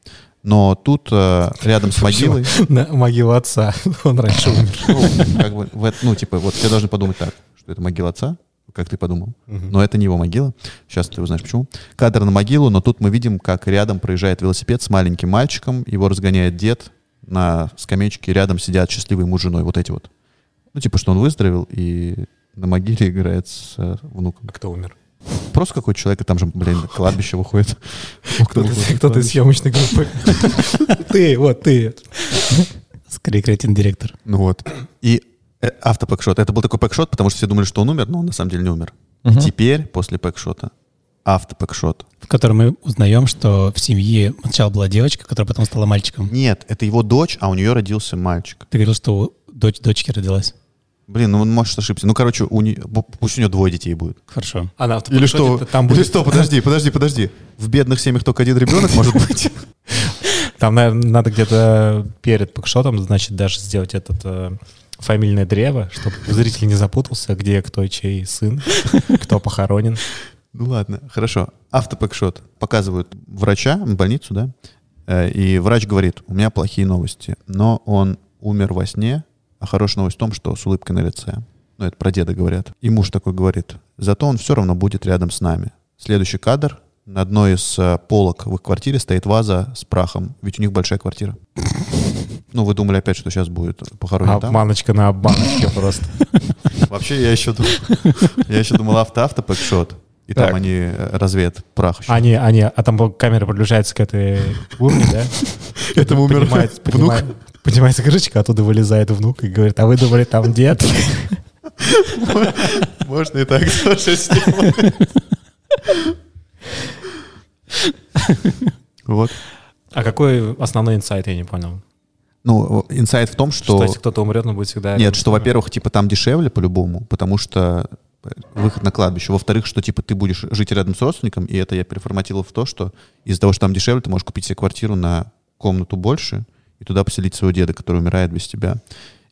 Speaker 3: Но тут э, рядом с могилой...
Speaker 2: На могилу отца. Он раньше умер.
Speaker 3: Ну, как бы, в эт- ну, типа, вот все должны подумать так, что это могила отца, как ты подумал. Но это не его могила. Сейчас ты узнаешь, почему. Кадр на могилу, но тут мы видим, как рядом проезжает велосипед с маленьким мальчиком, его разгоняет дед, на скамеечке рядом сидят счастливый муж с женой, вот эти вот. Ну, типа, что он выздоровел и на могиле играет с э, внуком.
Speaker 2: Кто умер?
Speaker 3: Просто какой-то человек, и там же, блин, кладбище выходит.
Speaker 2: Кто-то, кто-то из съемочной группы. Ты, вот ты.
Speaker 4: Скорее, креативный директор.
Speaker 3: Ну вот. И э, автопэкшот. Это был такой пэкшот, потому что все думали, что он умер, но он на самом деле не умер. И теперь, после пэкшота, автопэкшот.
Speaker 4: В котором мы узнаем, что в семье сначала была девочка, которая потом стала мальчиком.
Speaker 3: Нет, это его дочь, а у нее родился мальчик.
Speaker 4: Ты говорил, что дочь дочки родилась.
Speaker 3: Блин, ну он может ошибся. Ну, короче, у не- бу- пусть у нее двое детей будет.
Speaker 4: Хорошо.
Speaker 2: Она в
Speaker 3: Или что?
Speaker 2: подходит, Там
Speaker 3: Или
Speaker 2: будет,
Speaker 3: что? Подожди, подожди, подожди. В бедных семьях только один ребенок может быть.
Speaker 2: Там, наверное, надо где-то перед пакшотом, значит, даже сделать этот э, фамильное древо, чтобы зритель не запутался, где кто чей сын, кто похоронен.
Speaker 3: Ну ладно, хорошо. Автопэкшот. Показывают врача, больницу, да? Э, И врач говорит, у меня плохие новости. Но он умер во сне, а хорошая новость в том, что с улыбкой на лице. Ну, это про деда говорят. И муж такой говорит, зато он все равно будет рядом с нами. Следующий кадр. На одной из э, полок в их квартире стоит ваза с прахом, ведь у них большая квартира. Ну, вы думали опять, что сейчас будет
Speaker 2: А,
Speaker 3: похоронен там?
Speaker 2: Обманочка на обманочке просто.
Speaker 3: Вообще, я еще думал, я еще думал авто-авто-пэкшот. И там
Speaker 2: Так.
Speaker 3: они э, развеют прах еще.
Speaker 2: Они, они, а там была камера подключается к этой урне, да?
Speaker 3: Этому умер
Speaker 2: Поднимается, поднимает- поднимается крышечка, оттуда вылезает внук и говорит, а вы думали, там дед?
Speaker 3: Можно и так тоже Вот.
Speaker 2: А какой основной инсайт, я не понял?
Speaker 3: Ну, инсайт в том,
Speaker 2: Что,
Speaker 3: что...
Speaker 2: если кто-то умрет, он будет всегда...
Speaker 3: Нет, что, во-первых, типа там дешевле по-любому, потому что э, выход на кладбище. Во-вторых, что типа ты будешь жить рядом с родственником, и это я переформатировал в то, что из-за того, что там дешевле, ты можешь купить себе квартиру на комнату больше и туда поселить своего деда, который умирает без тебя.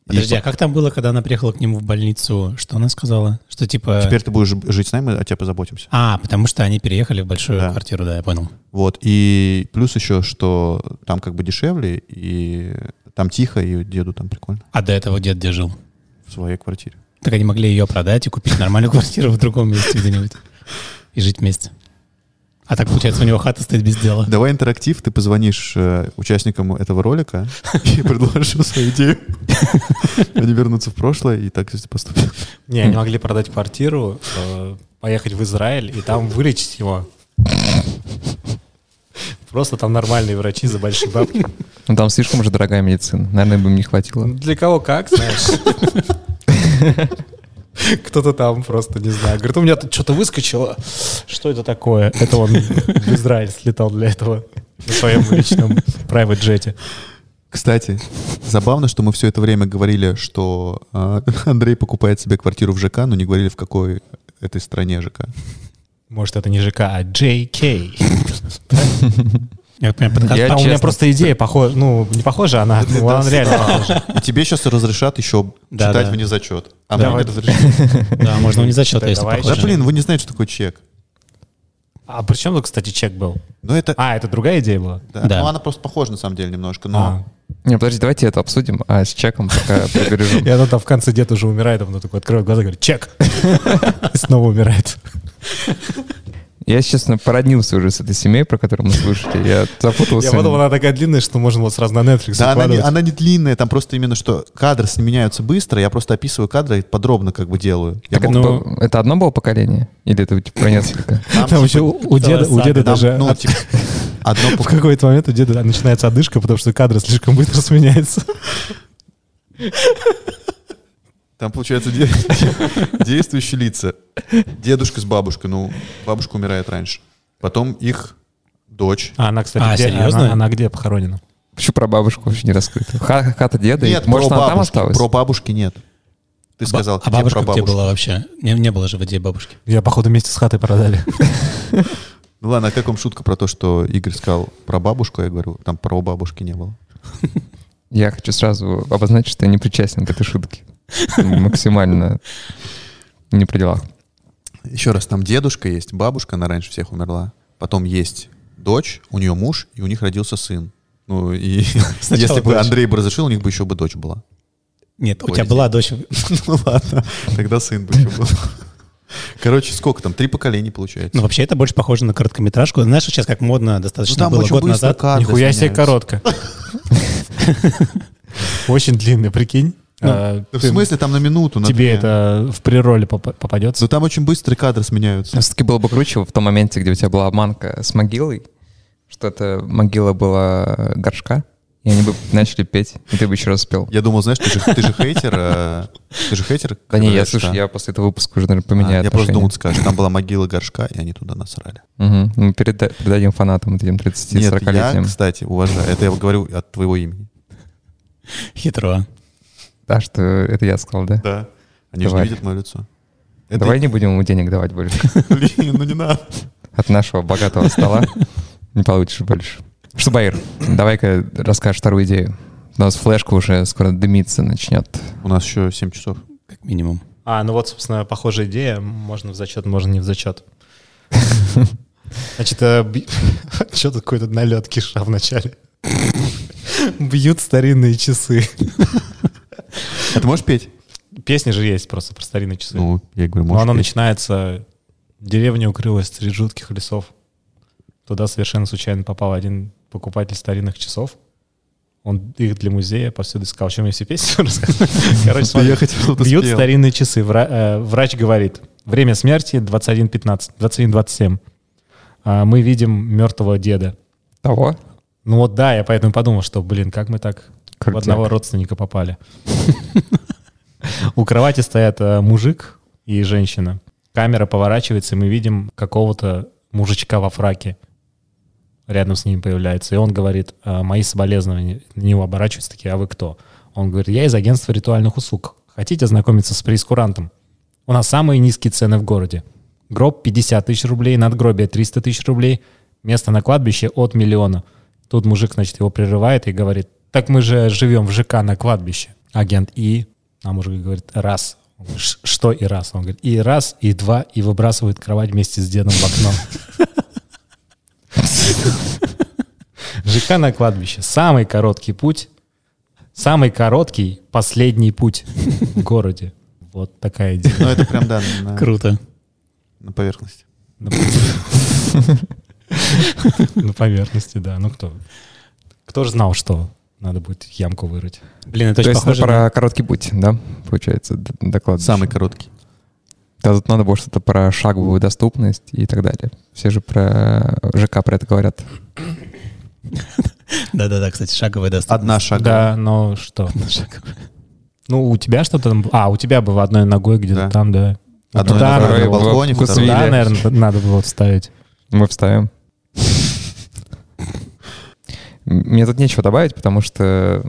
Speaker 3: И
Speaker 4: Подожди, а как там было, когда она приехала к нему в больницу? Что она сказала? Что типа...
Speaker 3: Теперь ты будешь жить с нами, о тебе позаботимся.
Speaker 4: А, потому что они переехали в большую
Speaker 3: Да.
Speaker 4: квартиру, да, я понял.
Speaker 3: Вот, и плюс еще, что там как бы дешевле, и там тихо, и деду там прикольно,
Speaker 4: А до этого дед где жил?
Speaker 3: в своей квартире.
Speaker 4: Так они могли ее продать и купить нормальную квартиру в другом месте где-нибудь. И жить вместе. А так, получается, у него хата стоит без дела.
Speaker 3: Давай интерактив, ты позвонишь э, участникам этого ролика и предложишь им свою идею. Они вернутся в прошлое и так если поступят.
Speaker 2: Не, они могли продать квартиру, э, поехать в Израиль и там вылечить его. Просто там нормальные врачи за большие бабки. Ну,
Speaker 1: Ну там слишком уже дорогая медицина. Наверное, бы им не хватило.
Speaker 2: Для кого как, знаешь. Кто-то там просто, не знаю, говорит, у меня тут что-то выскочило. Что это такое? Это он в Израиль слетал для этого на своем личном private джете.
Speaker 3: Кстати, забавно, что мы все это время говорили, что э, Андрей покупает себе квартиру в ЖК, но не говорили, в какой этой стране ЖК.
Speaker 2: Может, это не ЖК, а JK.
Speaker 4: Я прям подхожу.
Speaker 1: Я
Speaker 2: А у меня
Speaker 1: честно.
Speaker 2: просто идея похожа, ну, не похожа, она, ну, она реально похожа.
Speaker 3: И тебе сейчас разрешат еще
Speaker 4: Да,
Speaker 3: читать
Speaker 4: да.
Speaker 3: вне зачет. А
Speaker 2: Да.
Speaker 3: мне не разрешили.
Speaker 4: Да, можно не зачет,
Speaker 2: Да,
Speaker 4: если
Speaker 2: давай.
Speaker 3: Да
Speaker 4: похоже.
Speaker 3: блин, вы не знаете, что такое чек.
Speaker 2: А при чем тут, кстати, чек был?
Speaker 3: Ну это...
Speaker 2: А, это другая идея была?
Speaker 3: да.
Speaker 4: Да.
Speaker 3: Ну она просто похожа на самом деле немножко,
Speaker 2: Ну. А,
Speaker 3: но...
Speaker 1: Не, ну, подожди, давайте это обсудим, а с чеком пока
Speaker 2: И
Speaker 1: прибережем.
Speaker 2: она там в конце дед уже умирает, а он такой открывает глаза и говорит «Чек!» И снова умирает.
Speaker 1: Я, если честно, породнился уже с этой семьей, про которую мы слушали. Я запутался.
Speaker 2: Я подумал, она такая длинная, что можно вот сразу на Netflix
Speaker 3: Да, она не,
Speaker 2: выкладывать.
Speaker 3: она не длинная, там просто именно что кадры с- меняются быстро, я просто описываю кадры и подробно как бы делаю. Я
Speaker 1: Так это,
Speaker 3: мог-
Speaker 2: ну-
Speaker 1: по- это одно было поколение? Или это типа, про несколько?
Speaker 3: там,
Speaker 2: Там
Speaker 3: типа,
Speaker 2: еще у у
Speaker 4: целая
Speaker 2: деда, у
Speaker 4: сага.
Speaker 2: деда
Speaker 3: там,
Speaker 2: даже
Speaker 3: ну,
Speaker 2: от-
Speaker 3: типа, одно
Speaker 2: в
Speaker 3: пок-
Speaker 2: какой-то момент у деда начинается одышка, потому что кадры слишком быстро сменяются.
Speaker 3: Там, получается, де- действующие лица. Дедушка с бабушкой, ну, бабушка умирает раньше. Потом их дочь.
Speaker 2: А она, кстати,
Speaker 4: А,
Speaker 2: где,
Speaker 4: серьезно?
Speaker 2: она, она где похоронена?
Speaker 1: Почему про бабушку вообще не раскрыто? Ха- Хата деда? и-
Speaker 3: Нет,
Speaker 1: Может,
Speaker 3: про
Speaker 1: она там
Speaker 3: бабушки,
Speaker 1: осталась?
Speaker 3: про бабушки нет. Ты сказал, где
Speaker 4: А
Speaker 3: про
Speaker 4: бабушка где
Speaker 3: бабушку?
Speaker 4: была вообще? Не, не было же в идее бабушки.
Speaker 2: Я, походу, вместе с хатой продали.
Speaker 3: Ну ладно, а как вам шутка про то, что Игорь сказал про бабушку? а Я говорю, там про бабушки не было.
Speaker 1: Я хочу сразу обозначить, что я не причастен к этой шутке. Максимально не при делах.
Speaker 3: Еще раз, там дедушка есть, бабушка, она раньше всех умерла. Потом есть дочь, у нее муж, и у них родился сын. Ну и если бы
Speaker 4: дочь.
Speaker 3: Андрей бы разрешил, у них бы еще бы дочь была.
Speaker 4: Нет, у
Speaker 3: Ой,
Speaker 4: тебя
Speaker 3: нет.
Speaker 4: была дочь.
Speaker 3: Ну ладно, тогда сын бы еще был. Короче, сколько там? Три поколения получается.
Speaker 4: Ну, вообще, это больше похоже на короткометражку. Знаешь, сейчас как модно
Speaker 3: Ну,
Speaker 4: достаточно было год назад.
Speaker 3: кадры
Speaker 2: Нихуя себе
Speaker 3: сменяются.
Speaker 2: коротко. Очень длинный, прикинь. А,
Speaker 3: Да Ну, В
Speaker 2: ты-
Speaker 3: смысле Ну, там на минуту? на
Speaker 2: Тебе
Speaker 3: две?
Speaker 2: это в природе попа-
Speaker 3: Ну
Speaker 2: попадется?
Speaker 3: там очень быстро кадры сменяются.
Speaker 1: Все-таки было бы круче в том моменте, где у тебя была обманка с могилой, что это могила была горшка, и они бы начали петь, и ты бы еще раз спел.
Speaker 3: Я думал, знаешь, ты же, ты же хейтер. э, Ты же хейтер.
Speaker 1: Да не, я,
Speaker 3: Горшка.
Speaker 1: слушай, я после этого выпуска уже, наверное,
Speaker 3: А,
Speaker 1: поменяю
Speaker 3: Я просто
Speaker 1: отношение.
Speaker 3: думал, ты скажешь, там была могила горшка, и они туда насрали.
Speaker 1: Мгм. Мы переда- передадим фанатам этим 30-40-летним.
Speaker 3: я, кстати, уважаю. Это я говорю от твоего имени.
Speaker 4: Хитро.
Speaker 1: Да, что это я сказал, да?
Speaker 3: Да. Они же не
Speaker 1: Давай.
Speaker 3: видят мое лицо. Это-
Speaker 1: Давай не будем ему денег давать больше.
Speaker 3: Блин, ну не надо.
Speaker 1: От нашего богатого стола не получишь больше. Шубаир, давай-ка расскажешь вторую идею. У нас флешка уже скоро дымиться начнет.
Speaker 3: У нас еще 7 часов.
Speaker 4: Как минимум.
Speaker 2: А, ну вот, собственно, похожая идея. Можно в зачет, можно не в зачет. Значит, э, что-то какой-то налет киша вначале. Бьют старинные часы.
Speaker 3: А ты можешь петь?
Speaker 2: Песни же есть просто про старинные часы.
Speaker 3: Ну, я говорю,
Speaker 2: Но она
Speaker 3: можешь петь.
Speaker 2: начинается... Деревня укрылась среди жутких лесов. Туда совершенно случайно попал один покупатель старинных часов. Он их для музея повсюду искал. О чем я все песню рассказываю? Короче,
Speaker 3: Да я
Speaker 2: смотри.
Speaker 3: хотел, чтобы ты
Speaker 2: Бьют
Speaker 3: спел.
Speaker 2: старинные часы. Вра- э, Врач говорит, время смерти 21.15, 21.27. А Мы видим мертвого деда.
Speaker 1: Того?
Speaker 2: Ну вот да, я поэтому подумал, что, блин, как мы так в
Speaker 1: Крутяк.
Speaker 2: одного родственника попали. У кровати стоят э, мужик и женщина. Камера поворачивается, и мы видим какого-то мужичка во фраке. Рядом с ним появляется. И он говорит, э, мои соболезнования. На него оборачиваются такие, а вы кто? Он говорит, я из агентства ритуальных услуг. Хотите ознакомиться с прейскурантом? У нас самые низкие цены в городе. Гроб 50 тысяч рублей, надгробие 300 тысяч рублей, место на кладбище от миллиона. Тут мужик, значит, его прерывает и говорит, так мы же живем в ЖК на кладбище. Агент И, а мужик говорит, раз. Он говорит, «Ш- Что и раз? Он говорит, и раз, и два, и выбрасывает кровать вместе с дедом в окно. ЖК на кладбище. Самый короткий путь. Самый короткий последний путь в городе. Вот такая идея.
Speaker 3: Ну, это прям, да, на-
Speaker 4: Круто.
Speaker 3: на поверхности.
Speaker 2: На на поверхности, да. Ну кто? Кто же знал, что надо будет ямку вырыть?
Speaker 4: Блин, это
Speaker 1: То
Speaker 4: очень
Speaker 1: есть это
Speaker 4: похоже
Speaker 1: про
Speaker 4: на...
Speaker 1: короткий путь, да, получается, д- доклад?
Speaker 3: Самый короткий.
Speaker 1: Да, тут надо было что-то про шаговую доступность и так далее. Все же про э, ЖК про это говорят.
Speaker 4: Да-да-да, кстати, шаговая доступность.
Speaker 3: Одна
Speaker 1: А
Speaker 3: шага.
Speaker 2: Да, но что?
Speaker 4: Шаговая.
Speaker 2: Ну, у тебя что-то там... б- А, у тебя было одной ногой где-то
Speaker 3: Да.
Speaker 2: там, да. Вот
Speaker 3: Одна
Speaker 1: ногой
Speaker 2: туда,
Speaker 3: на
Speaker 1: вторая
Speaker 2: наверное,
Speaker 1: была.
Speaker 3: балконе,
Speaker 1: вкус
Speaker 3: вторая-
Speaker 1: вида.
Speaker 2: туда, наверное, надо было вставить.
Speaker 1: Мы вставим. Мне тут нечего добавить, потому что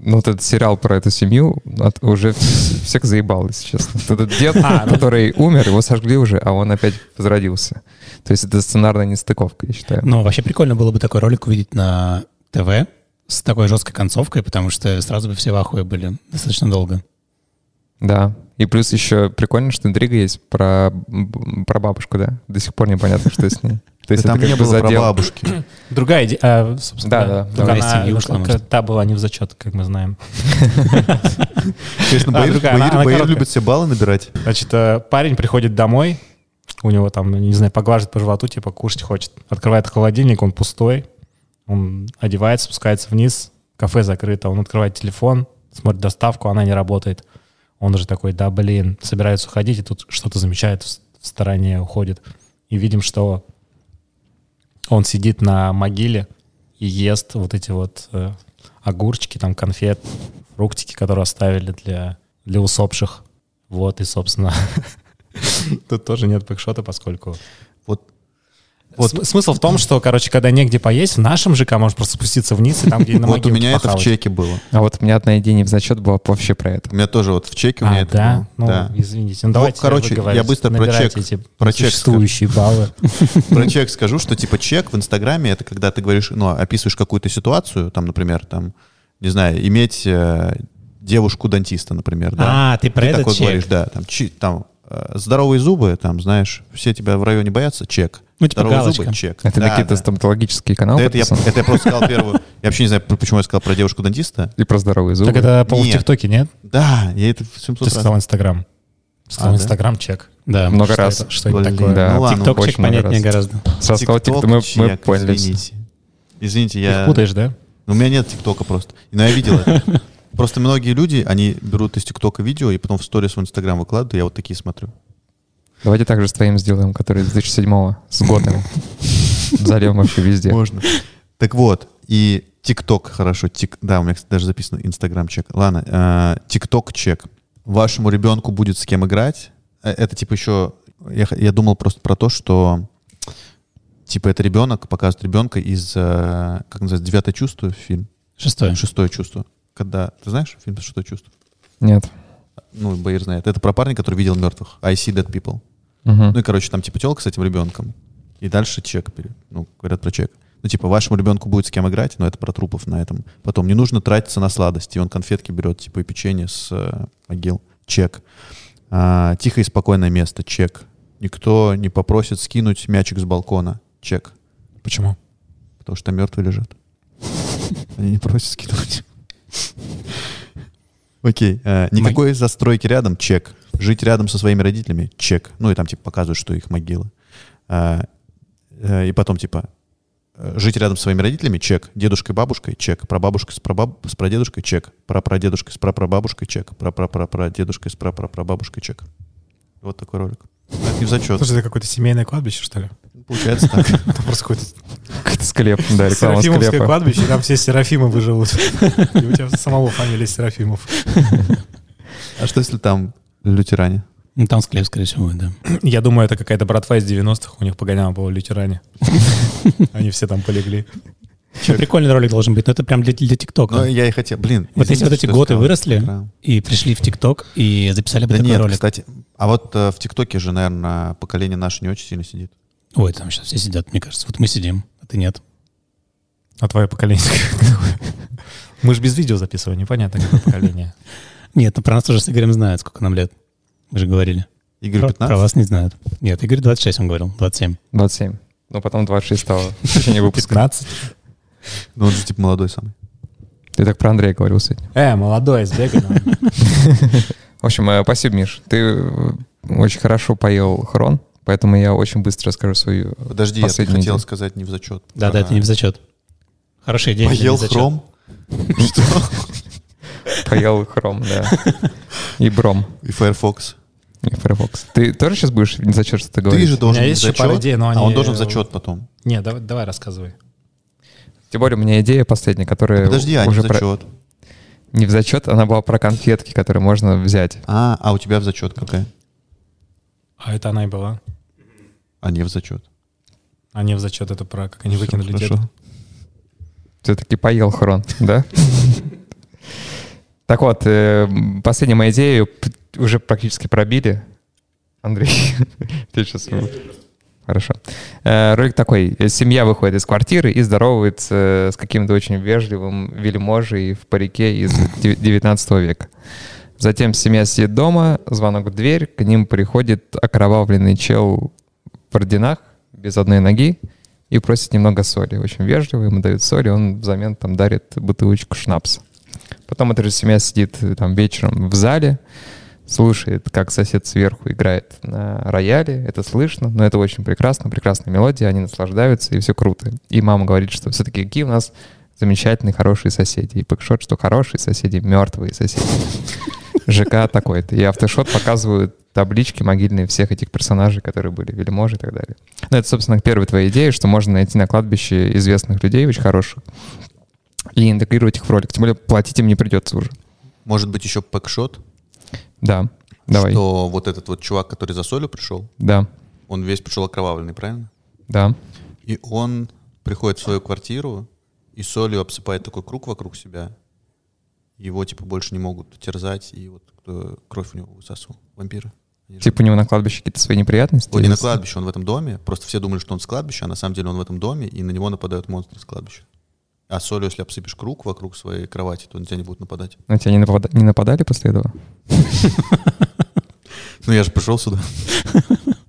Speaker 1: ну, вот этот сериал про эту семью от- уже вс- всех заебал, если честно. Вот Этот дед,
Speaker 3: А, ну.
Speaker 1: который умер, его сожгли уже, а он опять возродился. То есть это сценарная нестыковка, я считаю.
Speaker 4: Но вообще прикольно было бы такой ролик увидеть на ТВ с такой жесткой концовкой, потому что сразу бы все в ахуе были достаточно долго.
Speaker 1: Да. И плюс еще прикольно, что интрига есть про, б- про бабушку, да? До сих пор непонятно, что с ней. То
Speaker 3: Да
Speaker 1: есть
Speaker 3: там
Speaker 1: это
Speaker 3: не
Speaker 1: как бы
Speaker 3: было про
Speaker 1: задел.
Speaker 3: бабушки.
Speaker 2: Другая идея, а, собственно,
Speaker 1: Да, да,
Speaker 4: другая
Speaker 2: Она-
Speaker 4: семья ушла,
Speaker 2: к-
Speaker 4: может.
Speaker 2: Та была не в зачет, как мы знаем.
Speaker 3: Конечно,
Speaker 2: А,
Speaker 3: Баир
Speaker 2: другая, она-
Speaker 3: Баир-
Speaker 2: она
Speaker 3: Баир
Speaker 2: короткая.
Speaker 3: любит все баллы набирать.
Speaker 2: Значит, э, парень приходит домой, у него там, ну, не знаю, поглажит по животу, типа кушать хочет. Открывает холодильник, он пустой, он одевается, спускается вниз, кафе закрыто, он открывает телефон, смотрит доставку, она не работает. Он уже такой, да блин, собирается уходить, и тут что-то замечает в с- в стороне, уходит. И видим, что он сидит на могиле и ест вот эти вот э, огурчики, там конфет, фруктики, которые оставили для, для усопших. Вот, и, собственно, тут тоже нет бэкшота, поскольку...
Speaker 3: Вот
Speaker 2: Вот. смысл в том, что, короче, когда негде поесть, в нашем ЖК можно просто спуститься вниз и там где на
Speaker 3: вот у
Speaker 2: могилке
Speaker 3: меня это в
Speaker 2: похавать.
Speaker 3: чеке было.
Speaker 1: А вот у меня одна идея не в зачет была вообще про это.
Speaker 3: У меня тоже вот в чеке у
Speaker 2: А,
Speaker 3: меня это
Speaker 2: да?
Speaker 3: было.
Speaker 2: Ну,
Speaker 3: Да.
Speaker 2: извините. Ну,
Speaker 3: Ну,
Speaker 2: давайте
Speaker 3: короче,
Speaker 2: вы
Speaker 3: я
Speaker 2: говорите,
Speaker 3: быстро про
Speaker 2: набирайте
Speaker 3: чек-
Speaker 2: эти
Speaker 3: про чек
Speaker 2: существующие баллы.
Speaker 3: Про чек скажу, что типа чек в Инстаграме это когда ты говоришь, ну, описываешь какую-то ситуацию, там, например, там, не знаю, иметь э, девушку дантиста, например, да.
Speaker 4: А, ты про
Speaker 3: Ты
Speaker 4: этот
Speaker 3: такой
Speaker 4: чек.
Speaker 3: говоришь, да, там, чи- там э, здоровые зубы, там, знаешь, все тебя в районе боятся, чек.
Speaker 4: Ну, типа
Speaker 3: здоровые
Speaker 4: галочка.
Speaker 3: зубы, чек.
Speaker 1: Это
Speaker 3: Да,
Speaker 1: на какие-то
Speaker 3: да.
Speaker 1: стоматологические
Speaker 3: Да,
Speaker 1: каналы.
Speaker 3: это, я,
Speaker 1: подписан.
Speaker 3: это я просто сказал первую. Я вообще не знаю, почему я сказал про девушку дантиста.
Speaker 1: И про здоровые зубы.
Speaker 2: Так это, по-моему, в
Speaker 3: Нет.
Speaker 2: ТикТоке, нет?
Speaker 3: Да, я это в 700
Speaker 2: Ты
Speaker 3: раз. А,
Speaker 2: сказал Инстаграм. Сказал
Speaker 3: да?
Speaker 2: Инстаграм чек.
Speaker 4: Да.
Speaker 1: Много
Speaker 2: Что
Speaker 1: раз.
Speaker 2: это- Что это
Speaker 3: Блин,
Speaker 2: такое?
Speaker 1: да.
Speaker 3: Ну ладно,
Speaker 1: TikTok
Speaker 4: Ток-чек
Speaker 1: очень много раз.
Speaker 4: понятнее гораздо.
Speaker 1: Сразу сказал
Speaker 3: TikTok,
Speaker 1: TikTok, мы- мы
Speaker 3: чек,
Speaker 1: поняли.
Speaker 3: Извините. Извините,
Speaker 2: Ты
Speaker 3: я...
Speaker 2: их путаешь, да?
Speaker 3: Ну, У меня нет ТикТока просто. Но я видел это. Просто многие люди, они берут из ТикТока видео и потом в сторис в Инстаграм выкладывают, и я вот такие смотрю.
Speaker 1: Давайте также с твоим сделаем, который с 2007-го, с годами. Зальем вообще везде.
Speaker 3: Можно. Так вот, и ТикТок, хорошо, тик, да, у меня, кстати, даже записано Инстаграм-чек. Ладно, э, ТикТок-чек. Вашему ребенку будет с кем играть. Э, Это типа еще, я, х- я думал просто про то, что типа это ребенок, показывает ребенка из, э, как называется, «Девятое чувство» фильм?
Speaker 4: Шестое.
Speaker 3: «Шестое чувство». Когда, ты знаешь фильм «Шестое чувство»?
Speaker 1: Нет.
Speaker 3: Ну, Баир знает. Это про парня, который видел мертвых. I see dead people.
Speaker 1: Мгм.
Speaker 3: Ну и, короче, там типа телка с этим ребенком. И дальше чек. пере- Ну, говорят про чек. Ну, типа, вашему ребенку будет с кем играть, но это про трупов на этом. Потом не нужно тратиться на сладости. И он конфетки берет, типа, и печенье с э, могил. Чек. А, тихое и спокойное место. Чек. Никто не попросит скинуть мячик с балкона. Чек.
Speaker 2: Почему?
Speaker 3: Потому что там мертвые лежат. Они не просят скинуть. Окей. э, Никакой застройки рядом, чек. Жить рядом со своими родителями, чек. Ну и там типа показывают, что их могила. А, э, И потом типа э, жить рядом со своими родителями, чек. Дедушкой, бабушкой, чек. Прабабушкой с, прабаб... с прадедушкой, чек. Прапрадедушкой с прапрабабушкой, чек. Прапрапрапрадедушкой с прапрапрабабушкой, чек. Вот такой ролик. Это не в зачет.
Speaker 2: это какое-то семейное кладбище, что ли?
Speaker 3: Получается так.
Speaker 2: Там просто какое-то
Speaker 1: Какой-то склеп, да, реклама
Speaker 2: Серафимовское
Speaker 1: склепа.
Speaker 2: кладбище, и там все Серафимовы живут. И у тебя самого фамилия Серафимов.
Speaker 3: А что если там лютеране?
Speaker 4: Ну, там склеп, скорее всего, будет, да.
Speaker 2: Я думаю, это какая-то братва из 90-х, у них погоняла было лютеране. Они все там полегли.
Speaker 4: Вообще Прикольный ролик должен быть, но это прям для, для ТикТока.
Speaker 3: Ну, я и хотел. Блин.
Speaker 4: Вот
Speaker 3: извините,
Speaker 4: если вот эти
Speaker 3: что я
Speaker 4: готы
Speaker 3: сказал.
Speaker 4: выросли
Speaker 3: Да.
Speaker 4: и пришли в ТикТок и записали бы
Speaker 3: Да
Speaker 4: такой
Speaker 3: нет,
Speaker 4: ролик.
Speaker 3: кстати. А вот э, в ТикТоке же, наверное, поколение наше не очень сильно сидит.
Speaker 4: Ой, там сейчас все сидят, мне кажется. Вот мы сидим, а ты нет.
Speaker 2: А твое поколение? Мы же без видео записываем, непонятно, какое поколение.
Speaker 4: Нет, ну про нас тоже с Игорем знают, сколько нам лет. Мы же говорили.
Speaker 3: Игорь
Speaker 4: Про-
Speaker 3: 15?
Speaker 4: Про вас не знают. Нет, Игорь 26, он говорил, 27.
Speaker 1: 27. Ну, потом 26 стало в течение выпуска.
Speaker 2: 15.
Speaker 3: Ну, он же типа молодой самый.
Speaker 1: Ты так про Андрея говорил сегодня.
Speaker 2: Э, молодой, сбегай. нам.
Speaker 1: В общем, э, спасибо, Миш. Ты э, очень хорошо поел хрон, поэтому я очень быстро расскажу свою...
Speaker 3: Подожди,
Speaker 1: Последний
Speaker 3: я хотел
Speaker 1: день.
Speaker 3: сказать не в зачет.
Speaker 4: Да, да, это не в зачет. Хорошая идея. это не
Speaker 3: Поел
Speaker 4: в зачет.
Speaker 3: хром
Speaker 1: Поел хром, да. И бром,
Speaker 3: и Firefox.
Speaker 1: и Firefox. Ты тоже сейчас будешь не зачет что-то говорить?
Speaker 3: Ты же должен
Speaker 2: меня
Speaker 3: в
Speaker 2: есть еще пара
Speaker 3: зачет,
Speaker 2: идей, но
Speaker 3: а он
Speaker 2: они-
Speaker 4: э,
Speaker 3: должен в зачет потом.
Speaker 2: Не, давай- давай рассказывай.
Speaker 1: Тем более у меня идея последняя, которая
Speaker 3: Подожди, а не в
Speaker 1: уже про-
Speaker 3: зачет.
Speaker 1: не в зачет, она была про конфетки, которые можно взять.
Speaker 3: А, а у тебя в зачет какая?
Speaker 2: А это она и была.
Speaker 3: А не в зачет.
Speaker 2: А не в зачет это про, как они
Speaker 3: Всё,
Speaker 2: выкинули
Speaker 3: хорошо.
Speaker 2: деда.
Speaker 1: Все-таки поел хрон, да? Так вот, э, последняя моя идея, п- уже практически пробили. Андрей, ты сейчас... Хорошо. Э, Ролик такой. Э, Семья выходит из квартиры и здоровается э, с каким-то очень вежливым вельможей в парике из дев- 19 века. Затем семья сидит дома, звонок в дверь, к ним приходит окровавленный чел в орденах, без одной ноги, и просит немного соли. Очень вежливо ему дают соли, он взамен там дарит бутылочку шнапса. Потом эта же семья сидит э, там вечером в зале, слушает, как сосед сверху играет на рояле. Это слышно, но это очень прекрасно, прекрасная мелодия, они наслаждаются, и все круто. И мама говорит, что все-таки какие у нас замечательные, хорошие соседи. И пэкшот, что хорошие соседи, мертвые соседи. ЖК такой-то. И автошот показывают таблички могильные всех этих персонажей, которые были, вельможи и так далее. Ну, это, собственно, первая твоя идея, что можно найти на кладбище известных людей, очень хороших, и интегрировать их в ролик. Тем более платить им не придется уже.
Speaker 3: Может быть, еще пэкшот,
Speaker 1: Да, давай.
Speaker 3: что вот этот вот чувак, который за солью пришел,
Speaker 1: Да,
Speaker 3: он весь пришел окровавленный, правильно?
Speaker 1: да.
Speaker 3: И он приходит в свою квартиру и солью обсыпает такой круг вокруг себя. Его, типа, больше не могут терзать, и вот кто кровь у него высасывал, вампиры. Они же-
Speaker 1: Типа у него на кладбище какие-то свои неприятности?
Speaker 3: Он не на
Speaker 1: есть?
Speaker 3: кладбище, он в этом доме. Просто все думали, что он с кладбища, а на самом деле он в этом доме, и на него нападают монстры с кладбища. А солью, если обсыпешь круг вокруг своей кровати, то на тебя не будут нападать.
Speaker 1: На тебя не, напада- не нападали после этого?
Speaker 3: Ну я же пришел сюда.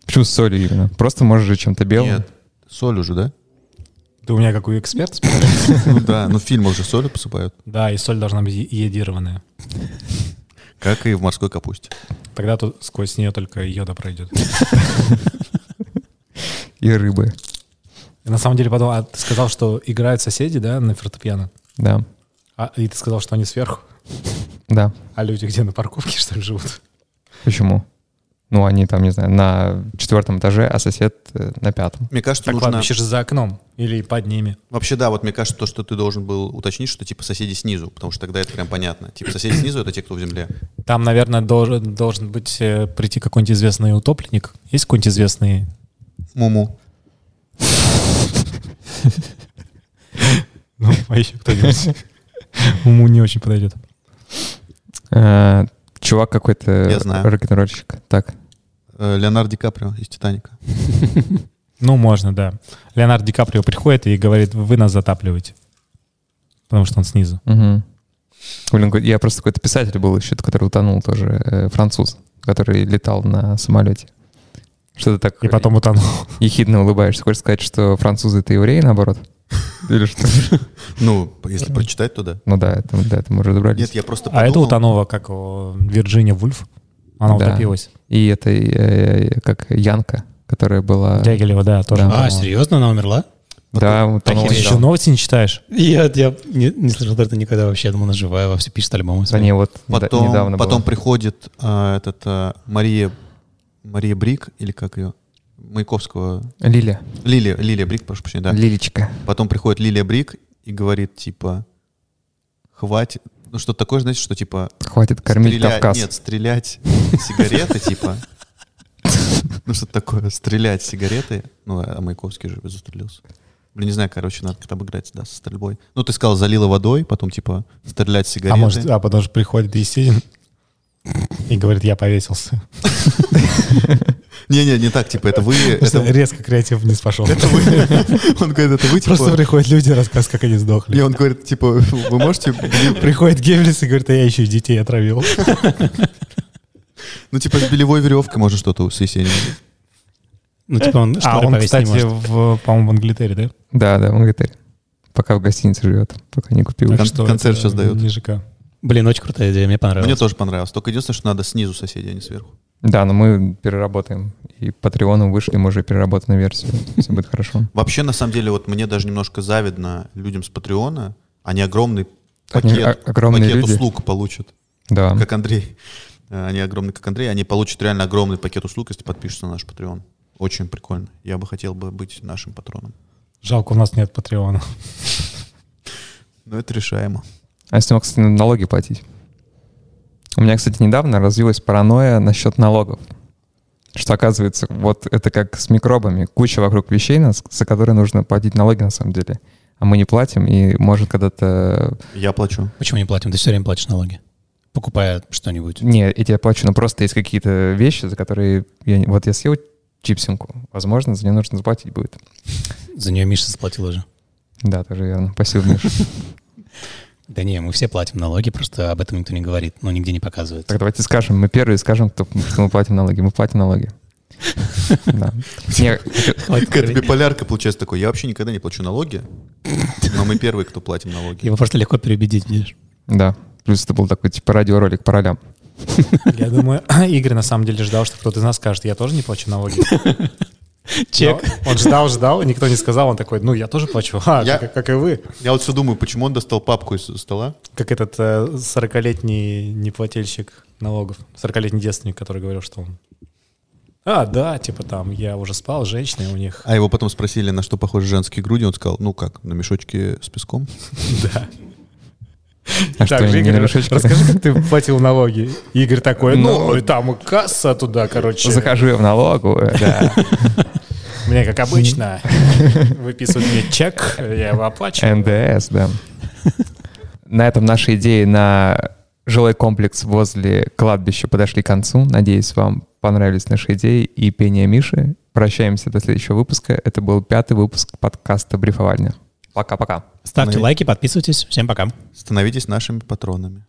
Speaker 1: Почему с солью именно? Просто можешь же чем-то белым?
Speaker 3: Нет, соль уже, да?
Speaker 2: Ты у меня как у эксперта спрашиваешь?
Speaker 3: Ну да, ну в фильмах же солью посыпают.
Speaker 2: Да, и соль должна быть е- йодированная.
Speaker 3: Как и в морской капусте.
Speaker 2: Тогда тут сквозь нее только йода пройдет.
Speaker 1: И рыбы.
Speaker 2: И на самом деле потом, а ты сказал, что играют соседи, да, на фортепиано?
Speaker 1: Да,
Speaker 2: А, и ты сказал, что они сверху,
Speaker 1: да.
Speaker 2: а люди где, на парковке, что ли, живут?
Speaker 1: Почему? Ну, они там, не знаю, на четвертом этаже, а сосед э, на пятом.
Speaker 3: Мне кажется,
Speaker 2: Так,
Speaker 3: нужно...
Speaker 2: кладбище же за окном или под ними.
Speaker 3: Вообще, да, вот мне кажется, то, что ты должен был уточнить, что типа соседи снизу, потому что тогда это прям понятно. Типа соседи снизу — это те, кто в земле.
Speaker 2: Там, наверное, должен, должен быть э, прийти какой-нибудь известный утопленник. Есть какой-нибудь известный?
Speaker 3: Муму.
Speaker 2: Ну, а еще кто-нибудь? Уму не очень подойдет.
Speaker 1: Э, Чувак какой-то
Speaker 3: Я знаю.
Speaker 1: рок-н-ролльщик. Так,
Speaker 3: Э, Леонардо Ди Каприо из «Титаника».
Speaker 2: Ну, можно, да. Леонард Ди Каприо приходит и говорит, вы нас затапливаете. Потому что он снизу.
Speaker 1: мгм. Блин, какой- я просто какой-то писатель был еще, который утонул тоже, э, француз, который летал на самолете. Что ты так
Speaker 2: И потом утонул.
Speaker 1: ехидно улыбаешься? Хочешь сказать, что французы — это евреи, наоборот? Или что?
Speaker 3: Ну, если прочитать, то да.
Speaker 1: Ну да, это, да, это мы уже разобрались.
Speaker 3: Нет, я просто
Speaker 2: А это
Speaker 3: подумал.
Speaker 2: утонула, как о, Вирджиния Вульф. Она
Speaker 1: Да.
Speaker 2: утопилась.
Speaker 1: И это э, как Янка, которая была...
Speaker 2: Дягилева, да, тоже.
Speaker 1: Да.
Speaker 2: утонула.
Speaker 4: А, серьезно, она умерла?
Speaker 1: Да,
Speaker 2: Ты
Speaker 1: утонула.
Speaker 4: Охереть.
Speaker 2: еще новости не читаешь?
Speaker 4: Я, я не, не слышал про это никогда вообще. Я думал, она живая, во все пишет альбомы.
Speaker 1: За
Speaker 4: свои.
Speaker 1: ней вот да,
Speaker 3: Потом,
Speaker 1: недавно
Speaker 3: потом
Speaker 1: было.
Speaker 3: приходит а, этот а, Мария, Мария Брик, или как ее? Маяковского.
Speaker 1: Лиля.
Speaker 3: Лилия, Лилия Брик, прошу прощения, да.
Speaker 1: Лилечка.
Speaker 3: Потом приходит Лилия Брик и говорит, типа, хватит. Ну, что такое, значит, что, типа,
Speaker 1: Хватит кормить
Speaker 3: стреля-
Speaker 1: Кавказ.
Speaker 3: Нет, стрелять сигареты, типа. Ну, что такое, стрелять сигареты. Ну, а Маяковский же застрелился. Блин, не знаю, короче, надо как-то обыграть, да, со стрельбой. Ну, ты сказал, залила водой, потом, типа, стрелять
Speaker 2: А
Speaker 3: сигареты.
Speaker 2: может, а потом же приходит Есенин и говорит, я повесился.
Speaker 3: Не-не, не так, типа, это вы...
Speaker 2: Просто
Speaker 3: это-
Speaker 2: резко креатив вниз пошел.
Speaker 3: Это вы. Он говорит, это вы, типа...
Speaker 2: Просто приходят люди, рассказывают, как они
Speaker 3: И
Speaker 2: сдохли.
Speaker 3: он говорит, типа, вы можете... бе-
Speaker 2: Приходит Геббельс и говорит, а я еще и детей отравил.
Speaker 3: Ну, типа, с белевой веревкой можно что-то с Есениным.
Speaker 4: Ну, типа он
Speaker 2: А
Speaker 4: шторы
Speaker 2: он,
Speaker 4: повесить не
Speaker 2: кстати,
Speaker 4: может.
Speaker 2: в, по-моему, в Англитере, да?
Speaker 1: Да, да, он говорит, «Эль, пока в гостинице живет, пока не купил.
Speaker 2: Так
Speaker 3: Кон-
Speaker 2: что
Speaker 3: концерт
Speaker 2: это
Speaker 3: сейчас дают.
Speaker 2: не ЖК.
Speaker 4: Блин, очень крутая идея, мне понравилась.
Speaker 3: Мне тоже понравилось. Только единственное, что надо снизу соседей, а не сверху.
Speaker 1: Да, но мы переработаем. И Патреону вышли, мы уже переработанную версию. Все будет хорошо.
Speaker 3: Вообще, на самом деле, вот мне даже немножко завидно людям с Патреона. Они огромный
Speaker 1: Они
Speaker 3: пакет,
Speaker 1: о- огромные
Speaker 3: пакет
Speaker 1: люди.
Speaker 3: услуг получат,
Speaker 1: Да.
Speaker 3: как Андрей. Э, Они огромный, как Андрей. Они получат реально огромный пакет услуг, если подпишутся на наш Патреон. Очень прикольно. Я бы хотел бы быть нашим патроном.
Speaker 2: Жалко, у нас нет Патреона.
Speaker 3: Но это решаемо.
Speaker 1: А если мы, кстати, надо налоги платить? У меня, кстати, недавно развилась паранойя насчет налогов. Что оказывается, вот это как с микробами. Куча вокруг вещей, нас- за которые нужно платить налоги на самом деле. А а мы не платим, и может когда-то...
Speaker 3: Я плачу.
Speaker 4: Почему не платим? Ты все время платишь налоги, покупая что-нибудь.
Speaker 1: Не, эти я плачу, но просто есть какие-то вещи, за которые... Я... не- Вот я съел чипсинку, возможно, за нее нужно заплатить будет.
Speaker 4: За нее Миша заплатил уже.
Speaker 1: Да, тоже верно. Спасибо, Миша.
Speaker 4: Да не, мы все платим налоги, просто об этом никто не говорит, но нигде не показывает.
Speaker 1: Так давайте скажем, мы первые скажем, кто, что мы платим налоги. Мы платим налоги. Да. Не,
Speaker 4: Хватит
Speaker 3: Какая-то
Speaker 4: говорить.
Speaker 3: биполярка получается такой. Я вообще никогда не плачу налоги, но мы первые, кто платим налоги.
Speaker 4: Его просто легко переубедить, видишь.
Speaker 1: Да. Плюс это был такой типа радиоролик по ролям.
Speaker 2: Я думаю, Игорь на самом деле ждал, что кто-то из нас скажет, я тоже не плачу налоги.
Speaker 4: Чек.
Speaker 2: Но Он ждал, ждал, и никто не сказал. Он такой, ну, я тоже плачу. А,
Speaker 3: Я-
Speaker 2: как, как и вы.
Speaker 3: Я вот все думаю, почему он достал папку из стола?
Speaker 2: Как этот э, 40-летний неплательщик налогов, 40-летний девственник, который говорил, что он... А, да, типа там, я уже спал, с женщиной у них.
Speaker 3: А его потом спросили, на что похожи женские груди. Он сказал, ну как, на мешочке с песком?
Speaker 2: Да.
Speaker 1: А что,
Speaker 2: Так же,
Speaker 1: не на
Speaker 2: Игорь,
Speaker 1: мешочке?
Speaker 2: расскажи, как ты платил налоги. Игорь такой, ну,
Speaker 1: Ну,
Speaker 2: и там и касса туда, короче.
Speaker 1: Захожу я в налогу. Да.
Speaker 2: Мне, как обычно, выписывают мне чек, я его оплачиваю.
Speaker 1: НДС, да. На этом наши идеи на жилой комплекс возле кладбища подошли к концу. Надеюсь, вам понравились наши идеи и пение Миши. Прощаемся до следующего выпуска. Это был пятый выпуск подкаста «Брифовальня». Пока-пока.
Speaker 4: Ставьте
Speaker 3: Мы-
Speaker 4: лайки, подписывайтесь. Всем пока.
Speaker 3: Становитесь нашими патронами.